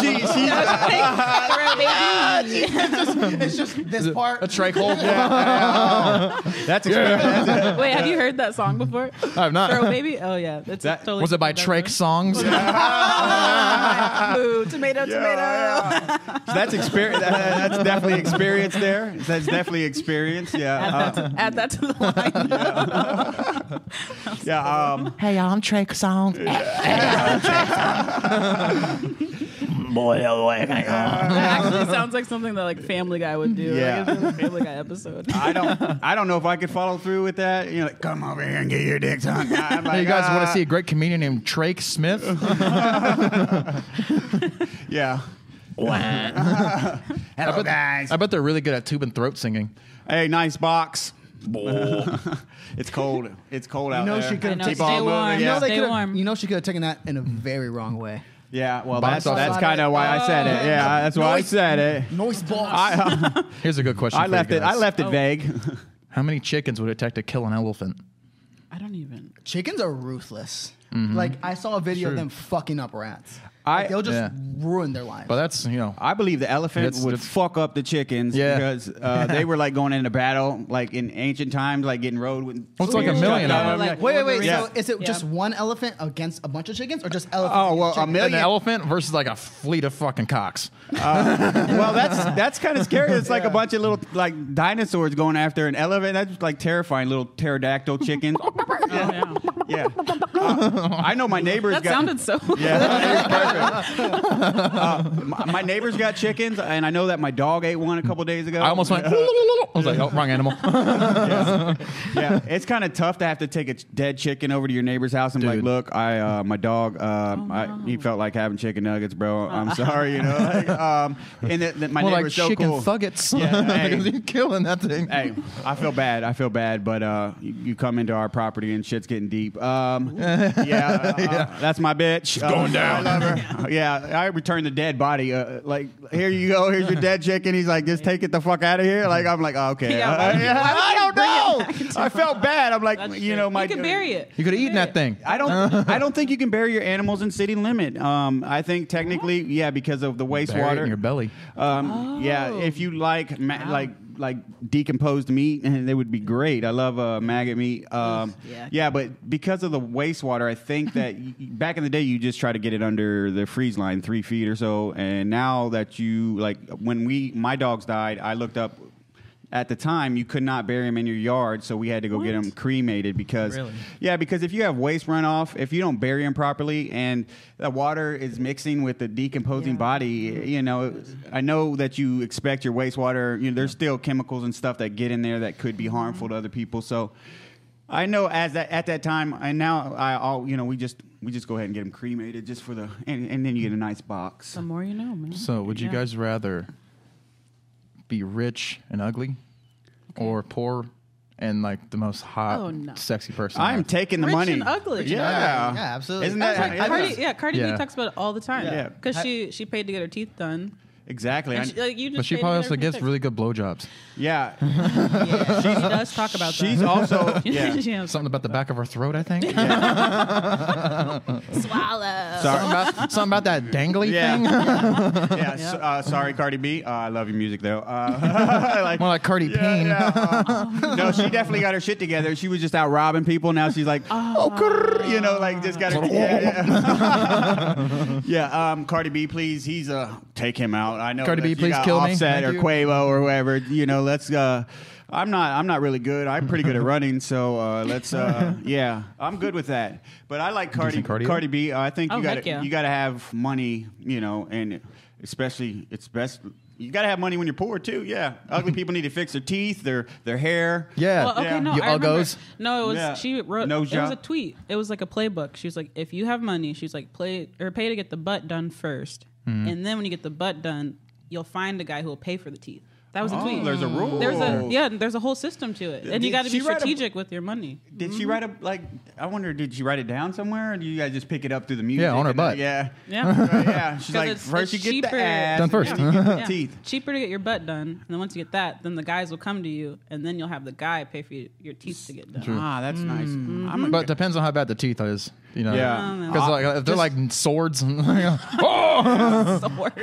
she, she, baby. it's just this part. A trachea? that's expected. Wait, have you heard that song before? I've not. Throw baby. Oh yeah, that's That- totally. Was it by that's Trake right. songs? Ooh, tomato, tomato. Yeah, yeah. So that's experience. That, that's definitely experience there. That's definitely experience. Yeah, uh, Add that to the line. yeah. Um, Hey, I'm Trake song. That actually sounds like something that like Family Guy would do. Yeah. Like, it's a Family Guy episode. I don't. I don't know if I could follow through with that. You know, like, come over here and get your dicks on. Hey, I'm like, you guys want "Ah." to see a great comedian named Trake Smith? Yeah. Hello, guys. I bet they're really good at tube and throat singing. Hey, nice box. it's cold. It's cold out know there. she could've I know, Keep stay on moving, warm. you know, Yeah. they Stay could've- warm. you know she could have taken that in a very wrong way. yeah. Well, Box that's that's office. kind of why I said it. Yeah, that's why I said it. Noise boss. I, Here's a good question. I for left you it. I guys. left it Oh. vague. How many chickens would it take to kill an elephant? I don't even. Chickens are ruthless. Like I saw a video of them fucking up rats. I- Like, they'll just Yeah. ruin their lives. But that's you know. I believe the elephant It's- would it's- fuck up the chickens Yeah. because uh, they were like going into battle, like in ancient times, like getting rode with. Well, it's like a spears million shot of down. them. Like, wait, wait, wait. Yeah. So is it Yeah. just one elephant against a bunch of chickens, or just elephants? Oh well, against a chickens? An million. elephant versus like a fleet of fucking cocks. well, that's that's kind of scary. It's like a bunch of little like dinosaurs going after an elephant. That's like terrifying. Little pterodactyl chickens. Yeah. yeah, Uh, I know my neighbors That got. sounded so. yeah, it was perfect. Uh, my, my neighbors got chickens, and I know that my dog ate one a couple days ago. I almost went. I was like, oh, wrong animal. yeah, it's kind of tough to have to take a ch- dead chicken over to your neighbor's house and be like, Dude. look, I uh, my dog, uh, I, he felt like having chicken nuggets, bro. I'm sorry, you know. Like, um, and that that my More like neighbor's so chicken cool. thuggets. Yeah, hey. because you're killing that thing. hey, I feel bad. I feel bad, but uh, you, you come into our property and shit's getting deep. Um, yeah, uh, uh, that's my bitch. going down. I love her. yeah, I returned the dead body. Uh, like, here you go. Here's your dead chicken. He's like, just take it the fuck out of here. Like, I'm like, oh, okay. Yeah, why Uh, would you- yeah, why would I you don't bring know. I felt bad. I'm like, That's you true. know, uh, my You can bury it. You could have eaten Bury that it. thing. I don't. I don't think you can bury your animals in city limit. Um, I think technically, yeah, because of the Bury it wastewater in your belly. um, Yeah, Oh. if you like ma- Wow. like like decomposed meat, and they would be great. I love uh, maggot meat. Um, yeah. but because of the wastewater, I think that y- y- back in the day you just try to get it under the freeze line, three feet or so. And now that you like, when we my dogs died, I looked up. At the time, you could not bury them in your yard, so we had to go get 'em get What? them cremated because Really? yeah, because if you have waste runoff, if you don't bury them properly, and the water is mixing with the decomposing Yeah. body, you know, I know that you expect your wastewater. You know, there's still chemicals and stuff that get in there that could be Mm-hmm. harmful to other people. So, I know as that at that time, and now I all you know we just we just go ahead and get them cremated just for the, and, and then you get a nice box. The more you know, man. So, would you Yeah. guys rather be rich and ugly, or poor and like the most hot, Oh, no. sexy person? I am alive? taking the Rich money. and ugly. Rich and Yeah, ugly. Yeah, absolutely. Isn't That's that like Cardi, isn't- yeah, Cardi Yeah. B talks about it all the time. Yeah. because she she paid to get her teeth done. Exactly. I- And she, uh, like, you just But she paid probably her also for gets sex. really good blowjobs. yeah. Yeah, she does talk about She's that. also yeah. She knows. Something about the back of her throat, I think. Swallow. Sorry. about, something about that dangly thing. Yeah. yeah. so- uh, sorry, Cardi B. Uh, I love your music though. Uh, like, More like Cardi yeah, Payne. yeah, uh, no, she definitely got her shit together. She was just out robbing people. Now she's like, oh, grrr, you know, like just got her. Yeah, yeah. Yeah, um, Cardi B, please. He's uh, take him out. I know. Cardi that B, you please got kill me. Offset Thank or you. Quavo or whoever. You know, let's. Uh, I'm not. I'm not really good. I'm pretty good at running, so uh, let's. Uh, yeah, I'm good with that. But I like Cardi. some cardio? Cardi B. I think Oh, you got heck yeah. you got to have money, you know, and especially it's best. You got to have money when you're poor too. Yeah, ugly people need to fix their teeth, their their hair. Yeah. Well, okay, Yeah. no, You I remember, uggos. no, it was Yeah. she wrote. No it was job. a tweet. It was like a playbook. She was like, if you have money, she's like, play or pay to get the butt done 1st Hmm. and then when you get the butt done, you'll find a guy who will pay for the teeth. That was a Oh, tweet. there's a rule. There's a yeah. There's a whole system to it, and Did you got to she be write a- strategic with your money. Did Mm-hmm. she write a like? I wonder. Did she write it down somewhere? Or do you guys just pick it up through the music? Yeah, on her and then- butt. Yeah, Yeah. Right, yeah. She's 'Cause like, it's- first you it's get cheaper. the ass, Done and first. then you get the Yeah. teeth. Cheaper to get your butt done, and then once you get that, then the guys will come to you, and then you'll have the guy pay for your, your teeth to get done. Ah, that's nice. Mm-hmm. I'm a But it depends on how bad the teeth is, you know. Yeah. No, no. Because Uh, like if they're like just- swords, Sword.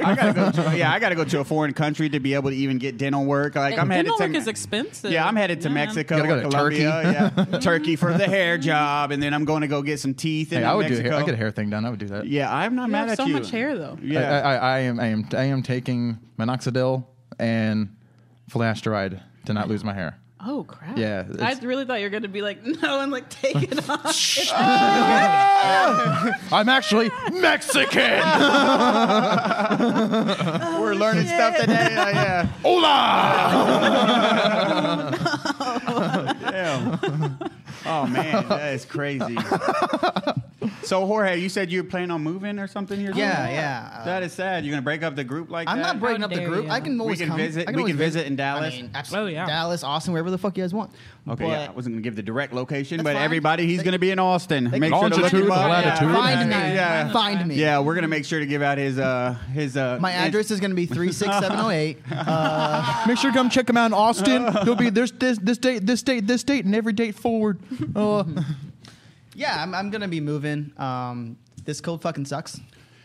I gotta go to, yeah, I gotta go to a foreign country to be able to even get dental work. Like I'm headed dental to work is expensive. Yeah, I'm headed to Yeah, man. Mexico, Gotta go to Colombia, yeah, Turkey for the hair job, and then I'm going to go get some teeth. And hey, I would do. Mexico. Hair, I get a hair thing done. I would do that. Yeah, I'm not You mad at have so you. much hair, though. Yeah, I, I, I am. I am. I am taking minoxidil and finasteride to not lose my hair. Oh crap! Yeah, I it's- really thought you were gonna be like, no, and like take it off. I'm actually Mexican. we're learning stuff today. Like, yeah, Hola. yeah. Oh man, that is crazy. so Jorge, you said you were planning on moving or something here. Yeah, soon? yeah. Uh, That is sad. You're gonna break up the group like I'm that. not breaking up the dare group. you. I can We always can come. visit- I can we always can visit in Dallas. I mean, absolutely. Oh, yeah. Dallas, Austin, wherever the fuck you guys want. Okay, But yeah, I wasn't gonna give the direct location, That's but fine. everybody, he's They- gonna be in Austin. Make sure to look Longitude him and up. latitude. Yeah. Find me. Yeah. Find me. Yeah, we're gonna make sure to give out his uh his uh My ins- address is going to be 36708. Make sure to come check him out in Austin. He'll be there's this this date, this date, this date, and every date forward. Uh, Yeah, I'm, I'm gonna be moving. Um, this cold fucking sucks.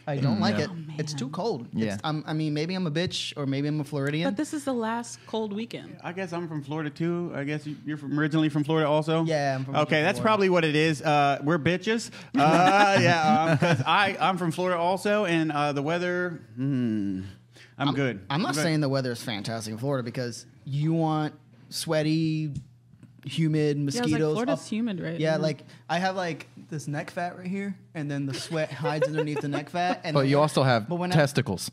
I don't like Mm, Yeah. it. it's Oh, too cold. Yeah. It's- I'm, I mean, maybe I'm a bitch or maybe I'm a Floridian. but this is the last cold weekend. I guess I'm from Florida too. I guess you- you're from originally from Florida also. Yeah, I'm from okay, originally that's Florida. probably what it is. Uh, we're bitches. Uh, yeah, because I I'm from Florida also, and uh, the weather. Hmm, I'm, good. I'm not good. saying the weather is fantastic in Florida because you want sweaty, humid Yeah, I mosquitoes. was like, Florida's Oh, humid, right? Yeah, like I have like this neck fat right here, and then the sweat hides underneath the neck fat. And but you also have But when I- testicles.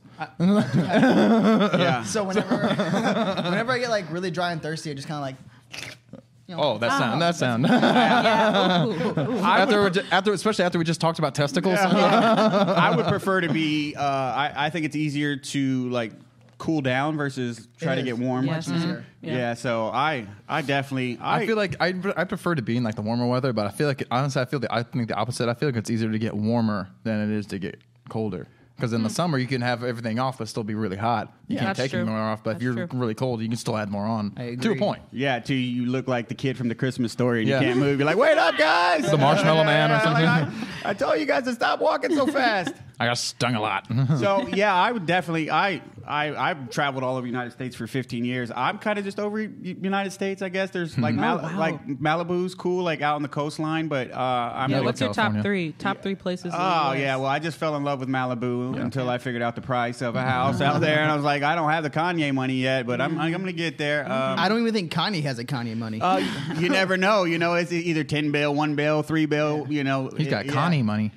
Yeah. so whenever whenever I get like really dry and thirsty, I just kind of like oh, that sound. That sound. yeah. ooh, Uh, ooh, ooh. after, we ju- after, especially after we just talked about testicles. I would prefer to be. Uh, I I think it's easier to like cool down versus try It to is. get warm. Yes. Mhm. Yeah. Yeah. So I I definitely I, I feel like I, I prefer to be in like the warmer weather, but I feel like honestly I feel the I think the opposite. I feel like it's easier to get warmer than it is to get colder. Because in the summer you can have everything off but still be really hot. You Yeah, can't that's take any true. more off, but if That's you're true. really cold, you can still add more on. I To a agree. point. Yeah, till you look like the kid from the Christmas story and Yeah. you can't move. You're like, wait up, guys! The Marshmallow Man or I, I told you guys to stop walking so fast. I got stung a lot. so yeah, I would definitely. I I I've traveled all over the United States for 15 years. I'm kind of just over U- United States, I guess. There's like Mal- wow. like Malibu's cool, like out on the coastline, but uh, I'm Yeah, Yeah, like- what's your California. top three? Top three places. in the Oh US? yeah, well I just fell in love with Malibu until I figured out the price of a house out there, and I was like, I don't have the Kanye money yet, but I'm I'm gonna get there. Um, I don't even think Kanye has a Kanye money. uh, you never know. You know, it's e-, either ten bill, one bill, three bill. You know, He's got yeah, Connie money.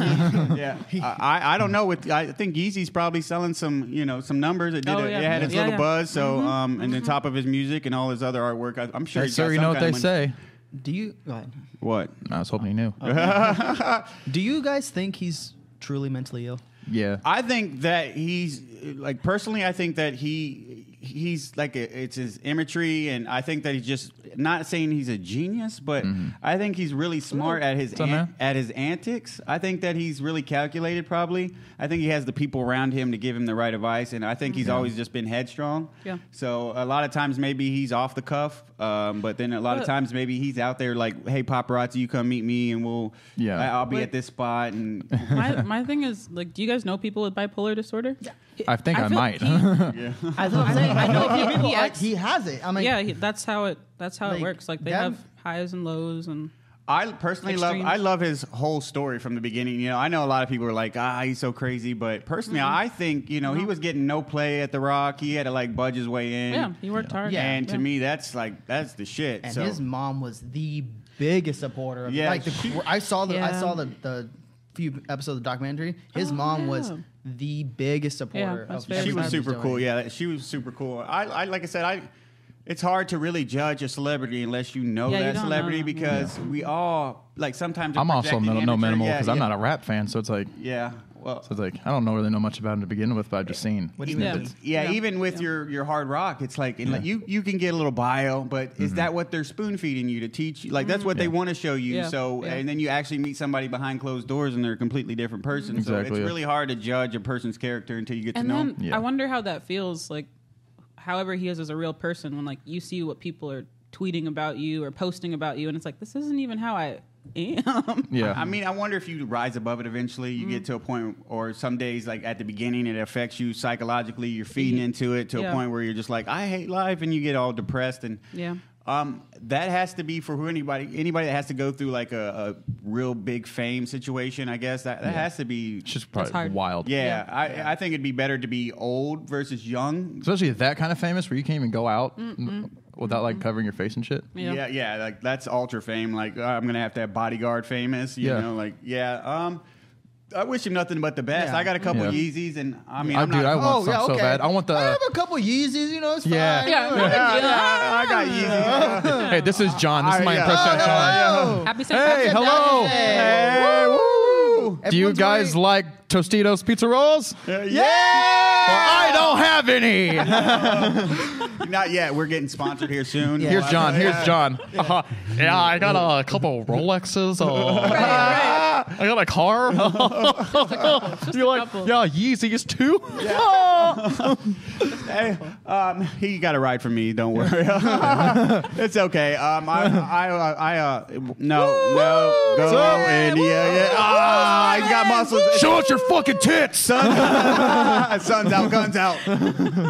Yeah, I, I don't know. With I think Yeezy's probably selling some. You know, some numbers. It did. Oh, a, yeah. It had its Yeah, little yeah. Mm-hmm. buzz. So, um, and then top of his music and all his other artwork, I, I'm sure. Hey, he's got sir, you some know what kind they of money. say. Do you go ahead. What? I was hoping he knew. Do you guys think he's truly mentally ill? Yeah. I think that he's like personally. I think that he he's like a, it's his imagery, and I think that he's just not saying he's a genius, but I think he's really smart at his up, an, man? at his antics. I think that he's really calculated. Probably, I think he has the people around him to give him the right advice, and I think he's always just been headstrong. Yeah. So a lot of times maybe he's off the cuff, um, but then a lot of But- times maybe he's out there like, "Hey paparazzi, you come meet me, and we'll Yeah. I, I'll be But- at this spot." And my, my thing is like, do you guys know people with bipolar disorder? I think I feel might. he- I, know, I know people. he are- acts- he has it. I mean, yeah, he, that's how it. That's how Like, it works. Like they that- have highs and lows, and I personally love Extremes. I love his whole story from the beginning. You know, I know a lot of people are like, ah, he's so crazy, but personally, Mm-hmm. I think you know he was getting no play at the Rock. He had to like budge his way in. yeah, he worked hard. Yeah. and to Yeah. me, that's like that's the shit. and so his mom was the biggest supporter. Of, Yeah, like the, she- I saw the I Yeah. saw the the few episodes of the documentary. His Oh, mom was yeah. the biggest supporter that's of. very she everything was he's super doing. cool. Yeah, she was super cool. I, I like I said, I. It's hard to really judge a celebrity unless you know Yeah, you that don't know celebrity them, yeah. because we all like sometimes. I'm also no, no minimal because I'm not a rap fan, so it's like Yeah. Well, so it's like I don't know really know much about him to begin with, but I've just seen What do you Yeah. mean? Yeah, Yeah. even with Yeah. your your hard rock, it's like, and like you you can get a little bio, but is Mm-hmm. that what they're spoon feeding you to teach? you? Like that's what they Yeah. want to show you. Yeah. So, Yeah. and then you actually meet somebody behind closed doors, and they're a completely different person. so Exactly, it's yeah. really hard to judge a person's character until you get to And know. then 'em. Yeah. I wonder how that feels like, however he is as a real person, when like you see what people are tweeting about you or posting about you, and it's like this isn't even how I am. Yeah. I mean, I wonder if you rise above it eventually. You Mm-hmm. get to a point, or some days, like at the beginning, it affects you psychologically. You're feeding into it to a Mm-hmm. Yeah. point where you're just like, I hate life, and you get all depressed. And Yeah. um, that has to be for who anybody anybody that has to go through like a, a real big fame situation. I guess that, that has to be. it's just That's probably hard. wild. Yeah, I, I think it'd be better to be old versus young. Especially that kind of famous where you can't even go out without like covering your face and shit. Yeah. Yeah, yeah, like that's ultra fame. Like uh, I'm gonna have to have bodyguard famous. You Yeah. know, like yeah. Um, I wish him nothing but the best. Yeah. I got a couple Yeah. Yeezys, and I mean, I- I'm dude, not. Oh, I want some so bad. I want the- Oh, I have a couple Yeezys. You know, it's Yeah. fine. Yeah, You know, Yeah, yeah, I got Yeezys. Hey, this is John. This is I- my yeah. impression of John. hello. Happy St. Hey, Patrick's Day. hello. Hey, Hey, woo. Do you Everyone's Uh, guys wearing- like Tostitos pizza rolls? Yeah. I don't have any. Not yet. We're getting sponsored here soon. Yeah. Here's Well, John. Here's Yeah. John. Uh-huh. Yeah, I got a couple Rolexes. Oh, I got a car. Uh-huh. You're like, couple. yeah, Yeezys too. Hey, um, he got a ride from me. Don't worry. it's okay. Um, I, I, I, I uh, no, no, go Sorry. India. Yeah. Ah, he's got muscles. Show us your fucking tits. Ah, Sun's out, guns out.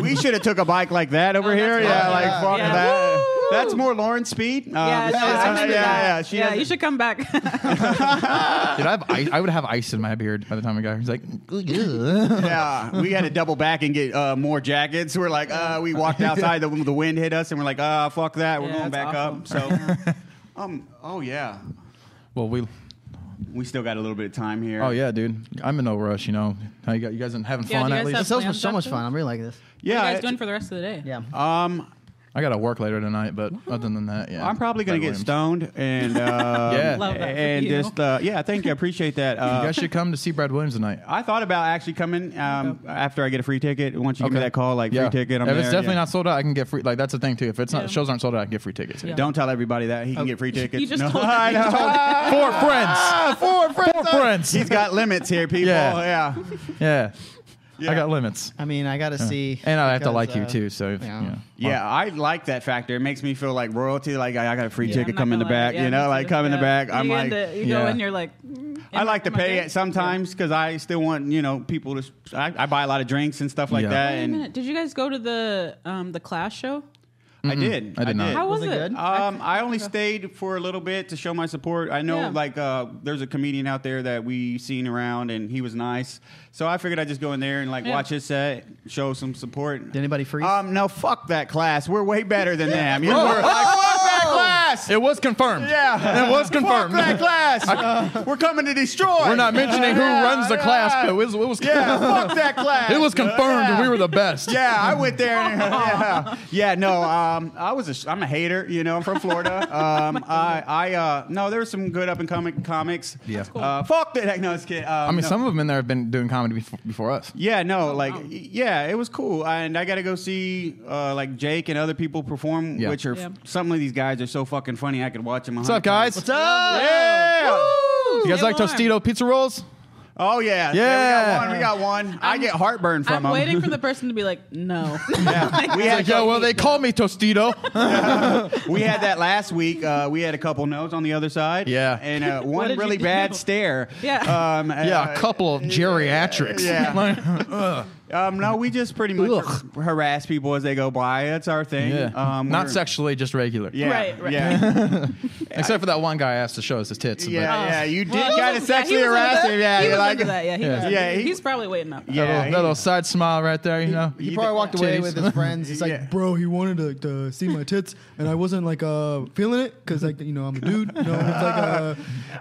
We should have took a bike like that over Oh, that's here. Yeah, awesome. like Yeah. fuck Yeah. that. That's more Lauren Speed. Um, Yeah, she's- no, I remember yeah, that. yeah. She yeah, has- you should come back. Dude, I, have ice, I would have ice in my beard by the time I got here. He's like, Yeah, we had to double back and get uh, more jackets. We're like, uh, we walked outside, the, the wind hit us, and we're like, ah, fuck that. We're Yeah, going that's back up. So, um, oh yeah, well, we. we still got a little bit of time here. Oh yeah, dude. I'm in no rush. You know, how you, got, you guys are having Yeah, fun do you at guys least. have- This sounds much- so Plans much after? fun. I'm really like this. what are you yeah. guys doing it's- for the rest of the day? Yeah. Um, I got to work later tonight, but other than that, yeah. I'm probably gonna Brad get Williams. stoned and uh, Yeah. Love that for and you. just uh, yeah. Thank you. I appreciate that. Uh, You guys should come to see Brad Williams tonight. I thought about actually coming um, after I get a free ticket. Once you give me that call, like Yeah. free ticket, I'm if there. it's definitely yeah. not sold out, I can get free. Like that's the thing too. If it's Yeah. not shows aren't sold out, I can get free tickets. Yeah. Oh. Don't tell everybody that he can get free tickets. You just no. told- I you know. Four friends. Four friends. Four friends. Ah, He's got limits here, people. Yeah. yeah. Yeah. Yeah. I got limits, I mean, I gotta see. and I have to because, like you uh, too. So if, yeah. you know. Yeah, I like that factor. It makes me feel like royalty. Like I I got a free Yeah, I'm ticket not come in the gonna lie. back. Yeah, you me know, like too. come in the Yeah. back. I'm you like, end up- you go Yeah. in, you're like, mm, I am like to am I pay good? it sometimes because I still want you know people to. s- I, I buy a lot of drinks and stuff like Yeah. that, Wait a and minute. Did you guys go to the um the Clash show? I did. I did not. How was, Was it good? Um, I only stayed for a little bit to show my support. I know, Yeah. like, uh, there's a comedian out there that we seen around, and he was nice. So I figured I'd just go in there and like Yeah. watch his set, show some support. Did anybody freeze? Um, no, fuck that class. We're way better than them. You know, Whoa. we're like, fuck that class. It was confirmed. yeah, It was confirmed. Fuck that class. We're coming to destroy. We're not mentioning who Yeah, runs the class, yeah. but it was, it was, Yeah, fuck that class. it was confirmed Yeah. we were the best. Yeah, I went there. and- yeah, yeah. No, um, I was a, I'm a hater. You know, I'm from Florida. Um, I, I, uh, no, there were some good up and coming comics. Yeah. That's cool. Uh, fuck that. heck, No, it's kid. Um, I mean, no. some of them in there have been doing comedy before, before us. Yeah, no, like, wow. yeah, it was cool, and I got to go see uh, like Jake and other people perform, Yeah. which are Yeah. some of these guys are so fucking funny. I could watch them. What's up, guys? What's up? Yeah. You guys Stay like warm. Tostito pizza rolls? Oh Yeah. yeah, we got one. We got one. I I'm- get heartburn from I'm them. waiting for the person to be like, no. yeah. we, had, Like, yo, well, they call me Tostito. we had that last week. Uh, we had a couple notes on the other side. Yeah. and uh, What one did you really do? bad stare. Yeah. um, yeah, uh, a couple of geriatrics. Yeah. Um, no, we just pretty much Ugh. har- harass people as they go by. That's our thing. Yeah. Um, Not we're- sexually, just regular. Yeah, Right, right. Yeah, Except for that one guy asked to show us his tits. yeah, but- yeah. You did Oh. Well, he kind of was- yeah, he sexually was into harass that. him. Yeah, he you was like into that. Yeah, he Yeah. was. Yeah, he- he's probably waiting up. That, Yeah, little, he- that little side smile right there, you know? He probably walked away with his friends. He's like, Yeah. bro, he wanted to, like, to see my tits, and I wasn't like uh feeling it because like you know I'm a dude. You know,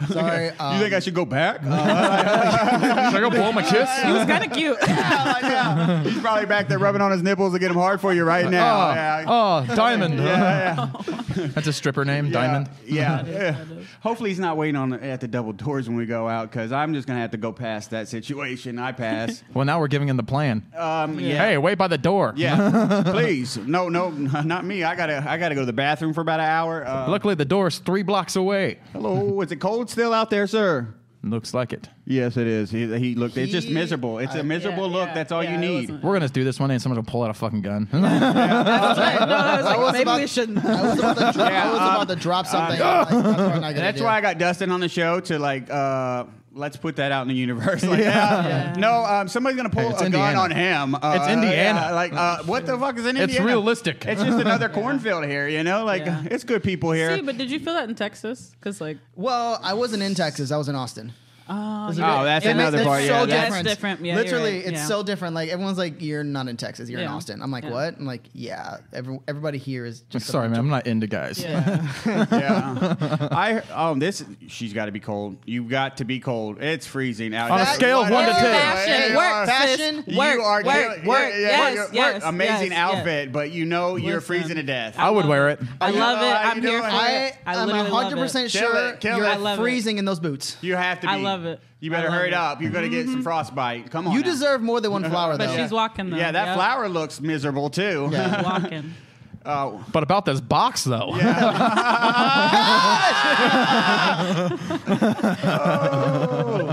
it's like uh, Sorry. Um, you think I should go back? Um, Uh, Should I go blow him a kiss? He was kind of cute. like, yeah. He's probably back there rubbing on his nipples to get him hard for you right now. yeah. Oh, oh, Diamond. yeah, yeah. That's a stripper name, Diamond. Yeah. is, yeah. that is. Hopefully he's not waiting on the, at the double doors when we go out because I'm just gonna have to go past that situation. I pass. Well, now we're giving him the plan. Um, yeah. Hey, wait by the door. Yeah. Please. No. No. Not me. I gotta. I gotta go to the bathroom for about an hour. Uh, Luckily, the door's three blocks away. Hello. Is it cold still out there, sir? Looks like it. Yes, it is. He, he looked. It's just He- miserable. It's a miserable yeah, look. yeah, That's all yeah, you it need. wasn't- We're gonna do this one day, and someone's gonna pull out a fucking gun. no, I was like, was maybe about- we shouldn't. I was about to, dro- Yeah, I was um, about to drop something. I'm like, that's what I'm not gonna That's do. why I got Dustin on the show to like. Uh, Let's put that out in the universe. Like, Yeah. uh, No, um, somebody's gonna pull Hey, it's a Indiana. gun on him. Uh, It's Indiana. yeah, like, uh, what the fuck is in Indiana? realistic. It's just another cornfield here. You know, like Yeah. it's good people here. See, but did you feel that in Texas? Because like, Well, I wasn't in Texas. I was in Austin. oh, It's you- a bit- Oh, that's it makes- another it's part, yeah, that's- So different. That's different, yeah, you're Literally, right, it's yeah. so different. Like everyone's like, you're not in Texas. You're in Yeah. Austin. I'm like, Yeah. what? I'm like, yeah. Every, everybody here is just. a Sorry, bunch man. I'm not into guys. yeah. yeah. I um this she's got to be cold. You've got to be cold. It's freezing out. On a here. scale of one to Your ten. Fashion, Yeah. work, Fashion, sis, You work, are work, killing- work. yeah, yeah, Yes, work, yes, work. amazing yes, yes. outfit, but you know you're Listen. freezing to death. I would wear it. I You love know it. how I'm you here doing? for I, it. I am literally love 100 it. percent Kill sure it, kill you're it. I love it. freezing in those boots. you have to. Be. I love it. You I better love hurry it. up. You're gonna get some frostbite. Come on. You now. deserve more than one flower, But though. she's walking though. Yeah, that yep. flower looks miserable too. Yeah. Walking. Oh, But about this box, though.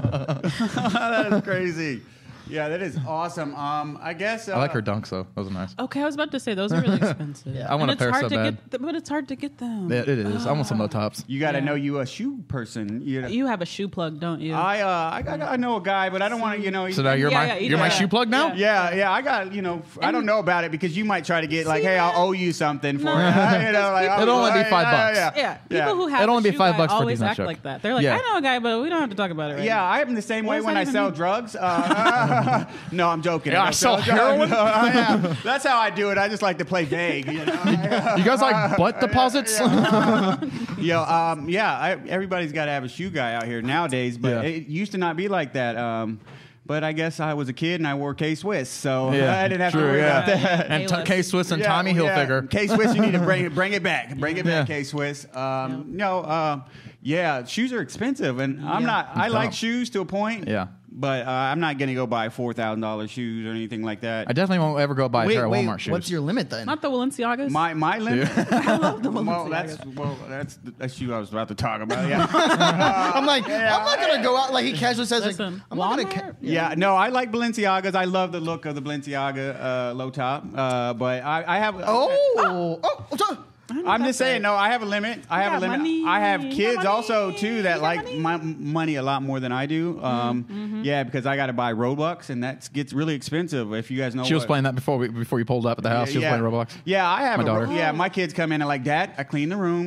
that is crazy. Yeah, that is awesome. Um, I guess uh, I like her dunks, though. Those are nice. Okay, I was about to say those are really expensive. I want a And it's pair hard so to bad. Get th- but it's hard to get them. Yeah, it is. I want some low tops. You got to Yeah. know you a shoe person. You know. You have a shoe plug, don't you? I, uh, I got I know a guy, but I don't want to. You know. he- So now you're Yeah, my yeah, you're my yeah. shoe plug now. Yeah. Yeah, yeah, I got you know. f- I don't know about it because you might try to get like, See hey, I'll that? owe you something for No. it. you know, like, It'll oh, only be yeah, five yeah, bucks. Yeah, yeah. People who have It'll a only be shoe five guy bucks for always Design act Shock. like that. They're like, Yeah. I know a guy, but we don't have to talk about it right Yeah, now. I am the same What way does when that I even sell mean? drugs. Uh, no, I'm joking. Yeah, I don't sell drugs. heroin? No, I am. That's how I do it. I just like to play vague. You know? You guys like butt deposits? Yo, um, yeah, I, everybody's got to have a shoe guy out here nowadays, but Yeah. it used to not be like that. Um, but I guess I was a kid and I wore K Swiss, so I didn't have to worry about that. And A-list. K Swiss and Yeah, Tommy Hilfiger. K Swiss, you need to bring it, bring it back, bring it back, Yeah. K Swiss. Um, No, um, yeah, shoes are expensive, and I'm Yeah. not. I like Oh. shoes to a point. Yeah. but uh, I'm not gonna go buy four thousand dollars shoes or anything like that. I definitely won't ever go buy a Wait, pair of wait, Walmart shoes. what's your limit then? Not the Balenciagas. my my limit. I love the Balenciagas. well, that's well, that's the- that's you. I was about to talk about. Yeah, I'm like, I'm not gonna go out like he casually says. Like, Listen, I'm not gonna. Ca- Walmart? yeah. No, I like Balenciagas. I love the look of the Balenciaga uh, low top. Uh, but I, I have oh, oh, oh, so- I'm just saying, no, I have a limit. I have a got limit. money. I have You got kids money. also too that You got like money. Mm-hmm. my money a lot more than I do. Um, Yeah, because I got to buy Robux, and that gets really expensive. If you guys know, She was what- playing that before we before you pulled up at the house. She was yeah. playing Roblox. Yeah, I have My a daughter. Ro- yeah, my kids come in and like, Dad, I clean the room,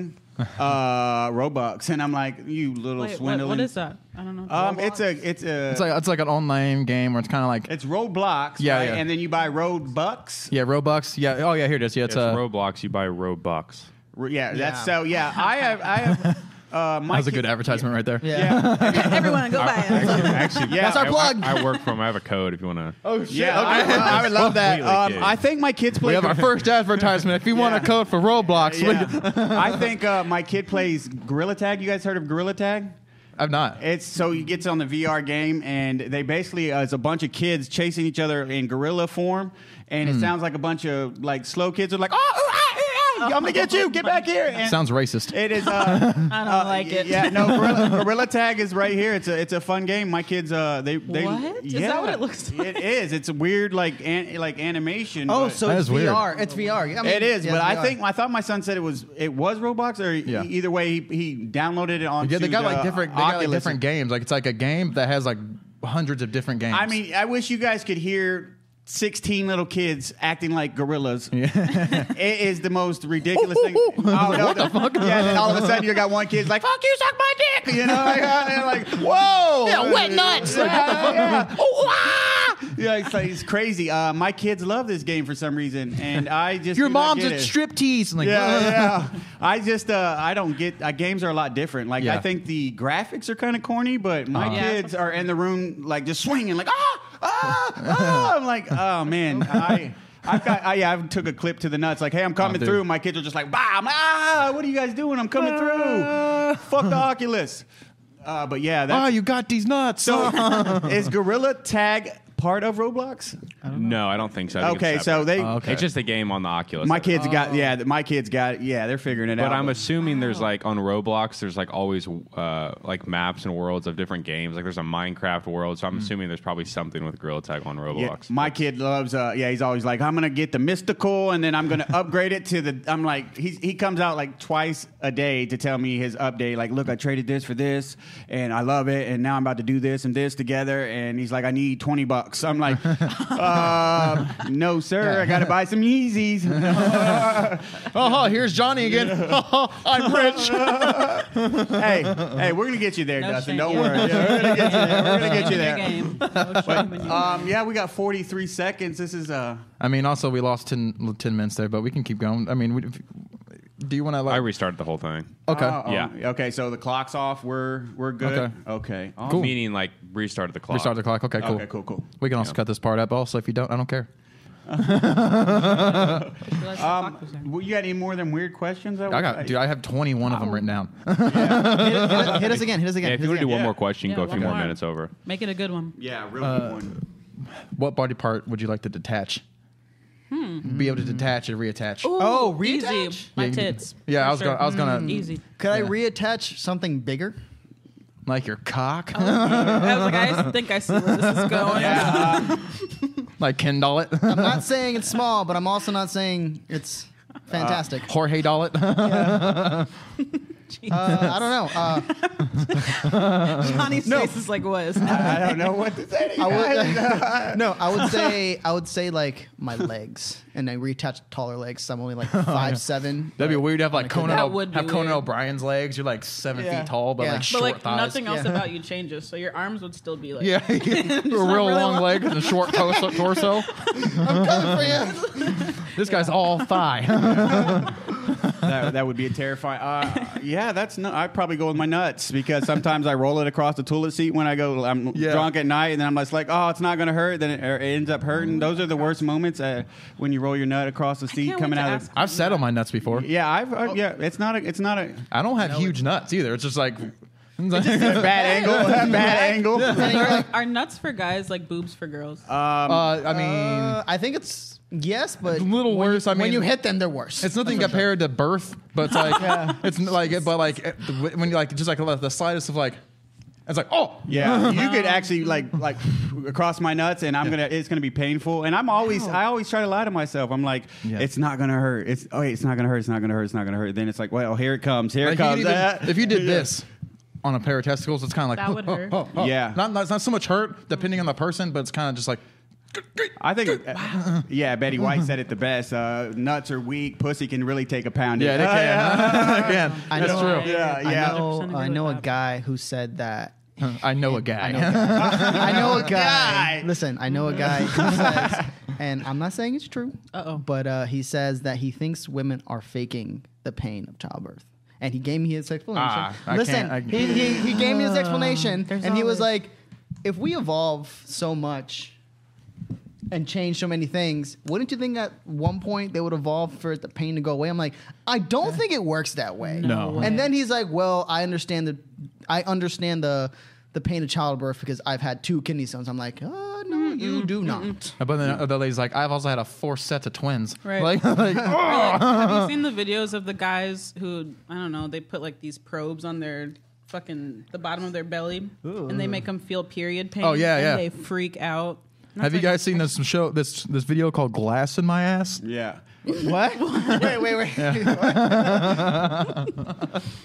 uh, Robux, and I'm like, you little Wait, what, swindling. what is that? I don't know. Um, it's a it's a It's like it's like an online game where it's kind of like it's Roblox, Yeah, right? yeah. And then you buy Robux. yeah Robux. Yeah. Oh yeah, here it is. Yeah, it's, It's uh, Roblox. You buy Robux. Re- Yeah, that's Yeah. so. Yeah, I have. I have. Uh, my That was a kid- good advertisement right there. Yeah. Yeah, Everyone, go buy it. Actually, yeah. That's our I- plug. I, I work from. I have a code if you want to. Oh shit. yeah. I, I would love that. Completely Um, kidding. I think my kids play. We have our first advertisement. If you want a Yeah. code for Roblox, we- Yeah. I think uh, my kid plays Gorilla Tag. You guys heard of Gorilla Tag? I'm not. It's so you get on the VR game, and they basically uh, it's a bunch of kids chasing each other in gorilla form, and Hmm. it sounds like a bunch of like slow kids are like, oh, ooh, ah, eh, ah, I'm gonna get you, get back here. And Sounds racist. It is. Uh, I don't like it. Yeah, no, gorilla, gorilla tag is right here. It's a it's a fun game. My kids, uh, they they What? Is that yeah. what it looks like? It is. It's a weird like an, like animation. Oh, but- so That it's is weird. VR. It's VR. I mean, it is, yeah, but I VR. think I thought my son said it was it was Roblox or Yeah. e- either way he, he downloaded it on. Yeah, they got like different. They got like different games. Like it's like a game that has like hundreds of different games. I mean, I wish you guys could hear 16 little kids acting like gorillas. it is the most ridiculous thing. Oh, no, what the fuck? Yeah, then all of a sudden you got one kid's like, fuck you, suck my dick. You know, like, uh, and like whoa. Yeah, wet nuts. Yeah, yeah. Oh, Ooh, ah! Yeah, it's, like, it's crazy. Uh, my kids love this game for some reason, and I just your do not mom's a get it. striptease. I'm Like, Yeah, yeah. I just uh, I don't get uh, games are a lot different. Like Yeah. I think the graphics are kind of corny, but my Yeah. kids are in the room like just swinging like ah ah ah. I'm like oh man I. I've got, I, yeah, I took a clip to the nuts. Like, hey, I'm coming dude. through. My kids are just like, bah, I'm, ah, what are you guys doing? I'm coming through. Fuck the Oculus. Uh, but yeah, Oh, that's you got these nuts. so. is Gorilla Tag part of Roblox? No, I don't think so. I think it's Okay, so separate. they, Oh, okay. It's just a game on the Oculus. my I think. kids got, yeah, th- my kids got, yeah, they're figuring it out. But I'm assuming there's like on Roblox, there's like always uh, like maps and worlds of different games. Like there's a Minecraft world, so I'm assuming there's probably something with Gorilla Tag on Yeah, Roblox. my kid loves. Uh, yeah, he's always like, I'm gonna get the mystical, and then I'm gonna upgrade it to the. I'm like, he's, he comes out like twice a day to tell me his update. Like, look, I traded this for this, and I love it, and now I'm about to do this and this together. And he's like, I need twenty bucks. I'm like, uh, no, sir, I gotta buy some Yeezys. oh, here's Johnny again. I'm rich. hey, hey, we're gonna get you there, No Dustin. shame. Don't worry, Yeah, we're gonna get you there. We're gonna get you Your there. game. No shame in you. Um, yeah, we got 43 seconds. This is uh, I mean, also we lost 10, 10 minutes there, but we can keep going. I mean, we, if, do you want to I like? restarted the whole thing, okay. oh, oh, Yeah. Okay, so the clock's off. We're we're good. Okay. Okay. Okay. Awesome. meaning like restarted the clock. Restart the clock. Okay, cool. Okay, cool, cool. We can also cut this part up. Also, if you don't, I don't care. Realized the clock was down. Um, Well, you got any more than weird questions? I got, dude. I have 21 of them written down. Hit, hit us- hit us again. Hit us again. Yeah, if hit us you want to do again. one Yeah. more question, Yeah, go a few one more more. minutes over. Make it a good one. yeah, real Uh, good one. what body part would you like to detach? Be able to detach and reattach. Oh, Hmm. Ooh, easy. reattach? My Yeah, you can- tits. yeah, I For was gonna- I was gonna- Mm, easy. Could I reattach something bigger? Like your cock. Oh. I was like, I think I see where this is going. like Ken doll it. I'm not saying it's small, but I'm also not saying it's fantastic. Jorge doll it. Uh, I don't know. Uh, Johnny's face is like, what is that? I don't know what to say. To you guys. I would, no, I would say I would say like my legs, and I reattach taller legs. So I'm only like five seven. That'd be weird to have like Conan, That O- would be have Conan weird. O'Brien's legs. You're like seven Yeah. feet tall, but Yeah. like But, short But like thighs. nothing else Yeah. about you changes, so your arms would still be like. yeah, a real long legs and a short torso. torso. I'm coming for you. This guy's all thigh. that, that would be a terrifying. Uh, yeah, that's no. I probably go with my nuts because sometimes I roll it across the toilet seat when I go. I'm Yeah. drunk at night, and then I'm just like, oh, it's not gonna hurt. Then it, er, it ends up hurting. Those are the worst moments uh, when you roll your nut across the seat can't coming wait to out of. ask- Oh. I've sat on my nuts before. Yeah, I've uh, yeah. It's not a. It's not a I don't have huge nuts either. It's just like. bad angle. bad angle. Are, are nuts for guys like boobs for girls? Uh, I mean, Uh, I think it's yes, but a little worse. I mean, when you hit them, they're worse. It's nothing compared to birth, but it's like it's n- like but like it- when you like just like the slightest of like it's like oh Yeah, you could actually like like across my nuts, and I'm gonna it's gonna be painful. And I'm always I always try to lie to myself. I'm like, Yeah. it's not gonna hurt. It's oh, wait, it's not gonna hurt. It's not gonna hurt. It's not gonna hurt. Then it's like, well, here it comes. Here Like, it you could comes. even- Ah. if you did this on a pair of testicles, it's kind of like That would oh, hurt. oh, oh. Yeah. not, not it's not so much hurt depending on the person, but it's kind of just like I think, yeah, Betty White said it the best. Uh, nuts are weak. Pussy can really take a pound. yeah, they Oh, can, They can. I that's know- true. Yeah, I yeah. know, 100% I agree know with a that. guy who said that. I know a guy. I know a guy. Guy. Listen, I know a guy who says, and I'm not saying it's true. Uh-oh. But uh, he says that he thinks women are faking the pain of childbirth. And he gave me his explanation. Ah, I Listen, can't- I- he, he, he gave me his explanation, Uh, there's and he was always- like, "If we evolve so much and change so many things, wouldn't you think at one point they would evolve for the pain to go away?" I'm like, "I don't think it works that way." No. And then he's like, "Well, I understand the, I understand the, the pain of childbirth because I've had two kidney stones." I'm like, "Oh no, you do not." But then the other lady's like, I've also had a four sets of twins. Right. Like, like, Like, have you seen the videos of the guys who I don't know? They put like these probes on their fucking the bottom of their belly, and they make them feel period pain. Oh, yeah, and yeah. They freak out. And have you that's guys seen this show? This this video called "Glass in My Ass." Yeah. What? wait, wait, wait.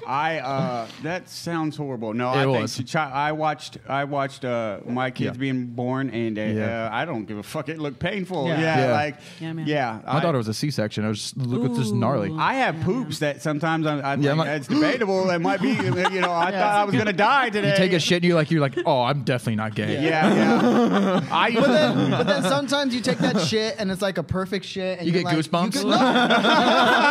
I uh, that sounds horrible. No, I was. think ch- I watched I watched uh, my kids Yeah. being born, and uh, Yeah. uh, I don't give a fuck. It looked painful. Yeah. Yeah, Yeah. like Yeah, yeah, man. My I, daughter was a C-section. I was just, look, it's just gnarly. Ooh. I have poops that sometimes I'm, I'm Yeah, like, I'm like, it's debatable. It might be, you know, I thought I was gonna die today. you take a shit, and you like, you're like, oh, I'm definitely not gay. Yeah, yeah. I But then, but then sometimes you take that shit and it's like a perfect shit, and You you're get like, goosebumps? You get, no,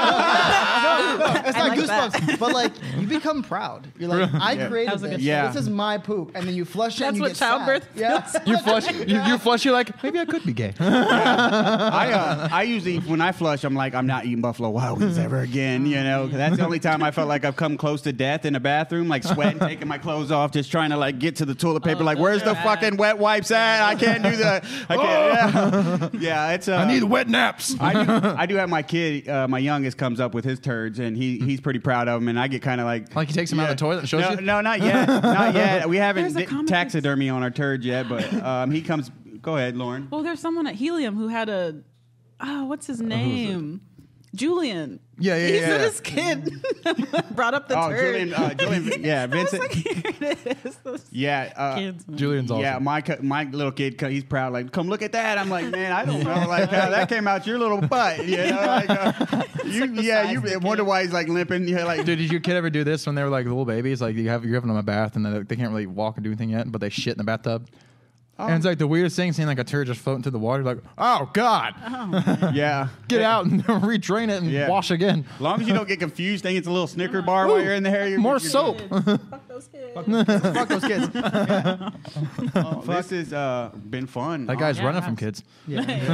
no, no, it's I not like that. goosebumps, but like you become proud. You're like, I That created was a this. good Yeah. This is my poop, and then you flush it. That's and you what get sad. childbirth Yeah. You flush, you, you flush, you're like, maybe I could be gay. I uh, I usually when I flush, I'm like, I'm not eating Buffalo Wild Wings ever again. You know, 'Cause that's the only time I felt like I've come close to death in a bathroom, like sweating, taking my clothes off, just trying to like get to the toilet paper. Oh, like, those where's are the bad. fucking wet wipes at? I can't do that. I can't. Yeah, yeah it's. Uh, Oh!" I need wet naps. I do, I do have my kid, uh, my youngest comes up with his turds, and he he's pretty proud of him. And I get kind of like Like he takes 'em out of the toilet and shows no, you? No, not yet, not yet. We haven't There's a di- comic- taxidermy on our turd yet, but um, he comes. Go ahead, Lauren. Well, there's someone at Helium who had a, oh, what's Uh, his name? Julian. Yeah, yeah, He yeah, said yeah. his kid brought up the Oh, turd. Julian, uh, Julian, yeah, I was Vincent. like, here it is. Those Yeah, uh, kids. Julian's awesome. yeah. My co- my little kid, co- he's proud. Like, come look at that. I'm like, man, I don't know. Like, how that came out your little butt. You know, like, uh, you, like the yeah, size you of the wonder kid. why he's like limping. Yeah, like, Dude, did your kid ever do this when they were like little babies? Like you have you're having them a bath and they, they can't really walk or do anything yet, but they shit in the bathtub. and it's like the weirdest thing, seeing like a turd just floating through the water. Like, oh god, yeah, get out and redrain it and Yeah. wash again. As long as you don't get confused, think it's a little Snicker bar while you're in there. You're, More you're soap. Fuck those kids. Fuck those kids. Yeah. Oh, this has uh, been fun. Um, That guy's yeah, running from that's- kids.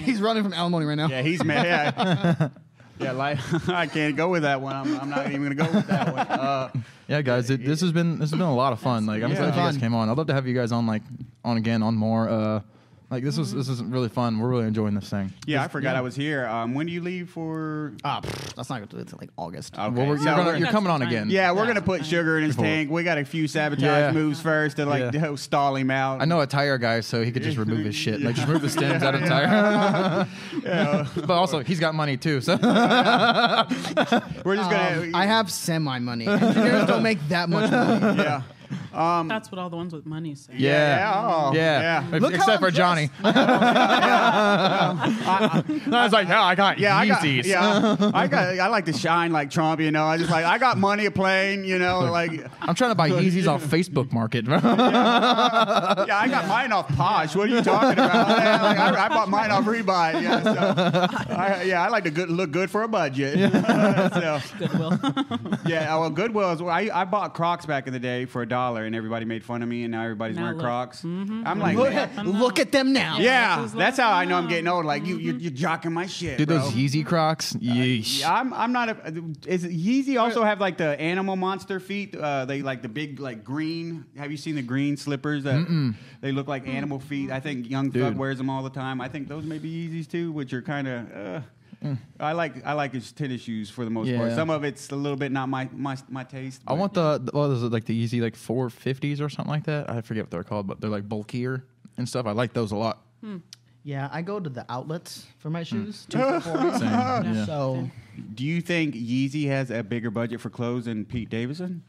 He's running from alimony right now. Yeah, he's mad. Yeah, yeah like, I can't go with that one. I'm, I'm not even gonna go with that one. Uh, Yeah, guys, it, this has been this has been a lot of fun. Like, I'm Yeah. glad you guys Fun. came on. I'd love to have you guys on like on again on more. Uh, like this was this is really fun. We're really enjoying this thing. yeah, I forgot I was here. Um, when do you leave for? Ah, pfft, that's not gonna do it until like August. Um, Okay. Well, we're, so you're, gonna, we're- you're coming on again. Yeah, we're gonna put sugar in his Before. tank. We got a few sabotage Yeah. moves first to like Yeah. stall him out. I know a tire guy, so he could just remove his shit. Like, just remove the stems out of the tire. but also, he's got money too. So We're just gonna. Um, I have semi money. Engineers don't make that much money. yeah. That's what all the ones with money say. yeah, oh, yeah. yeah. Look how Except I'm for Johnny. I was like, no, I got Yeah, I got, Yeezys. yeah, I got. I like to shine like Trump, you know. I just like I got money, a plane, you know. Like, I'm trying to buy Yeezys off Facebook Market. yeah, I got mine off Posh. What are you talking about? Yeah, like, I, I bought mine off Rebuy. Yeah, so, I, yeah, I like to good, look good for a budget. so, Goodwill. yeah, well, Goodwill is. I, I bought Crocs back in the day for a dollar, and everybody made fun of me, and now everybody's Now wearing look. Mm-hmm. Crocs. I'm like, Look, man, at- look at them now. Yeah, Just that's let how them I know I'm know. getting old. Like you, Mm-hmm. you, you're jocking my shit, Dude, bro. those Yeezy Crocs. Yeesh. Yeah, I'm, I'm not a. Is Yeezy also have like the animal monster feet? Uh, they like the big like green. Have you seen the green slippers that they look like animal feet? I think Young Thug Dude. wears them all the time. I think those may be Yeezys too, which are kind of. Uh, I like I like his tennis shoes for the most part. Mm. Yeah. Some of it's a little bit not my my, my taste. I but- want the, the what is it like the easy like four fifties or something like that. I forget what they're called, but they're like bulkier and stuff. I like those a lot. Hmm. Yeah, I go to the outlets for my shoes. Two for four. Same. Yeah. So Do you think Yeezy has a bigger budget for clothes than Pete Davidson?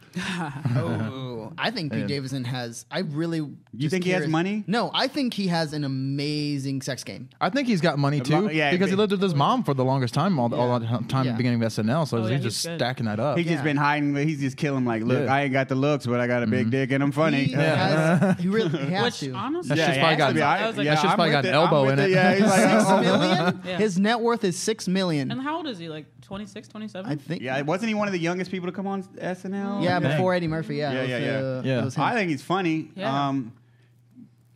Oh, I think Pete Davidson has. I really. You think he has money? No, I think he has an amazing sex game. I think he's got money The mo- too, yeah, because he but- lived with his mom for the longest time, all, the all the time Yeah. beginning of SNL. So Oh, he's yeah, just he's good. stacking that up. He's just been hiding. He's just killing. Like, Uh, look, Yeah. Mm-hmm. I ain't got the looks, but I got a big dick and I'm funny. He, has, he really he has Which to. honestly, That shit's it probably has got- to be. I- I was like, yeah, that shit's I'm probably with got an I'm elbow with in it. Yeah, he's like, Six oh, million? Yeah. His net worth is six and million. how old is he? Like 26, 27? I think. yeah. Wasn't he one of the youngest people to come on SNL? Yeah, Dang. before Eddie Murphy. Yeah, Yeah, it was, yeah, yeah. uh, Yeah. it was him. I think he's funny. Yeah. Um,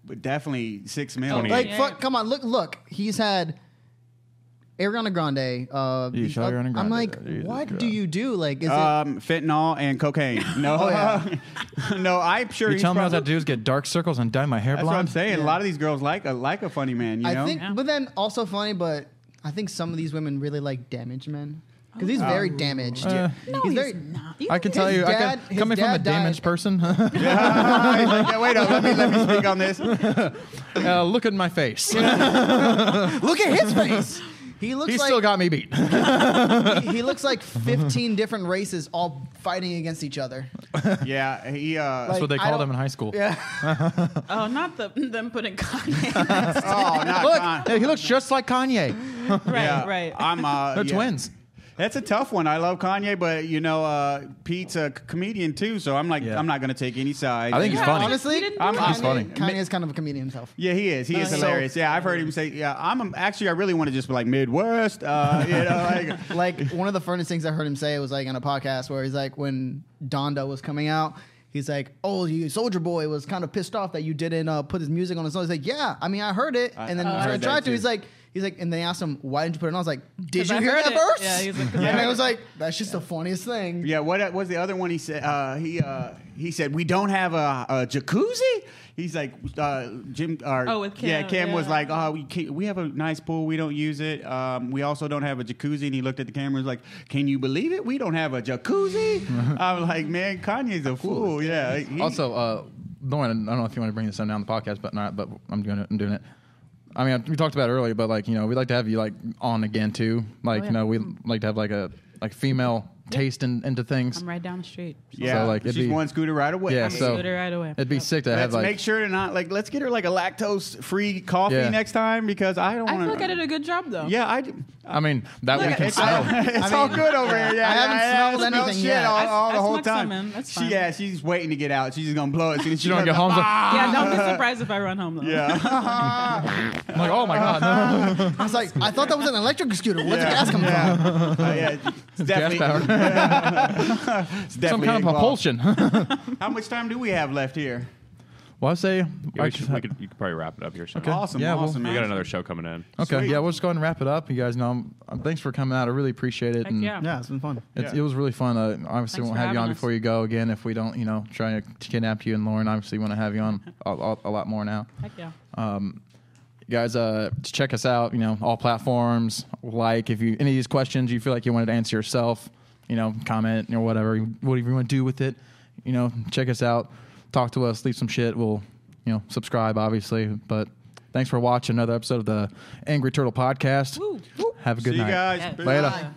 but definitely six mil. Twenty. Like Yeah. fuck, come on, look, look. He's had Ariana Grande. Uh, You the- shot uh, Ariana Grande I'm like, there, you what just Uh, do got- you do? Like, is Um, fentanyl and cocaine. No, Oh, uh, no. I'm sure You he's tell me all I probably- have to do is get dark circles and dye my hair That's what I'm blonde. saying. A lot of these girls like a like a funny man. You it? know, I think, Yeah. but then also funny, but I think some of these women really like damaged men because he's very damaged. Uh, Oh. no, he's, he's very- not. I can tell His you, I dad- can, his coming from a dad died. damaged person, yeah, wait up. Let me, let me speak on this. uh, look at my face. Look at his face. He looks he like still got me beat. he, he looks like 15 different races all fighting against each other. Yeah, he. Uh, That's what they I called don't- him in high school. Yeah, Oh, not the them putting Kanye. oh, not Look, Con- he looks just like Kanye. right, yeah. right. I'm. Uh, They're yeah. twins. That's a tough one. I love Kanye, but you know, uh, Pete's a c- comedian too, so I'm like, Yeah. I'm not gonna take any side. I think he's Yeah, funny. he didn't do I'm- it. I'm- He's funny. Kanye is kind of a comedian himself. Yeah, he is. He is yeah. hilarious. yeah, I've heard him say, "Yeah, I'm a, actually, I really want to just be like Midwest." Uh, you know, like like one of the funniest things I heard him say was like on a podcast where he's like when Donda was coming out, he's like, "Oh, you Soldier Boy was kind of pissed off that you didn't uh, put his music on his song." He's like, "Yeah, I mean, I heard it." And then I I, heard that tried to. too. He's like, he's like, and they asked him, "Why didn't you put it on?" I was like, "Did 'Cause you I hear heard that it." verse?" Yeah, he was like, 'Cause I and heard I it. was like, "That's just the funniest thing." Yeah, what was the other one he said? Uh, he uh, he said we don't have a, a jacuzzi. He's like uh, Jim. Uh, Oh, with Kim, Yeah, Kim was yeah. like, oh, we can we have a nice pool. We don't use it. Um, we also don't have a jacuzzi. And he looked at the camera. and was like, can you believe it? We don't have a jacuzzi. I'm like, man, Kanye's a fool. Yeah. he- Also, uh, Lauren, I don't know if you want to bring this up now on the podcast, but not. But I'm doing it. I'm doing it. I mean, we talked about it earlier, but like you know, we like to have you like on again too. Oh, Like you know, we like to have like a like female taste in, into things. I'm right down the street. yeah. so, like, it'd she's be- one scooter right away. Yeah, I mean, so Scooter right away. it'd be Yep. sick to have Let's like make sure to not like. Let's get her like a lactose-free coffee Yeah. next time because I don't I want. feel like I did a good job though. Yeah, I. d- I mean that we Look, can It's, smell. all, it's all good over here. Yeah, I haven't yeah, yeah, smelled I smell anything shit yet. All, I- all the I whole smoked some, time. man. That's she, fine. yeah, she's waiting to get out. She's just gonna blow it. As soon as she You don't comes get home. it's like- out. Yeah, don't be surprised if I run home though. Yeah, I'm like, oh my god, no. I was like, "I thought that was an electric scooter. Where'd the Yeah. gas come from?" yeah. Uh, yeah, it's definitely, power. it's some definitely kind of involved. propulsion. How much time do we have left here? well, I say, Yeah, I we should, just- we could, you could probably wrap it up here soon. Awesome, Yeah, well- awesome. We man. got another show coming in. okay, Sweet. yeah, we'll just go ahead and wrap it up. You guys know, um, thanks for coming out. I really appreciate it. Heck and yeah. Yeah, it's been fun. It's, Yeah. It was really fun. Uh, obviously, Thanks won't have for you having on us. before you go again if we don't, you know, try to kidnap you and Lauren. Obviously, want to have you on a, a, a lot more now. Heck yeah. You Um, guys, uh, to check us out. You know, all platforms. Like, if you any of these questions you feel like you wanted to answer yourself, you know, comment or whatever, you- whatever you want to do with it. You know, check us out. Talk to us. Leave some shit. We'll, you know, subscribe obviously. But thanks for watching another episode of the Angry Turtle Podcast. Woo, woo. Have a good See you night. guys. Yeah. Later. Bye.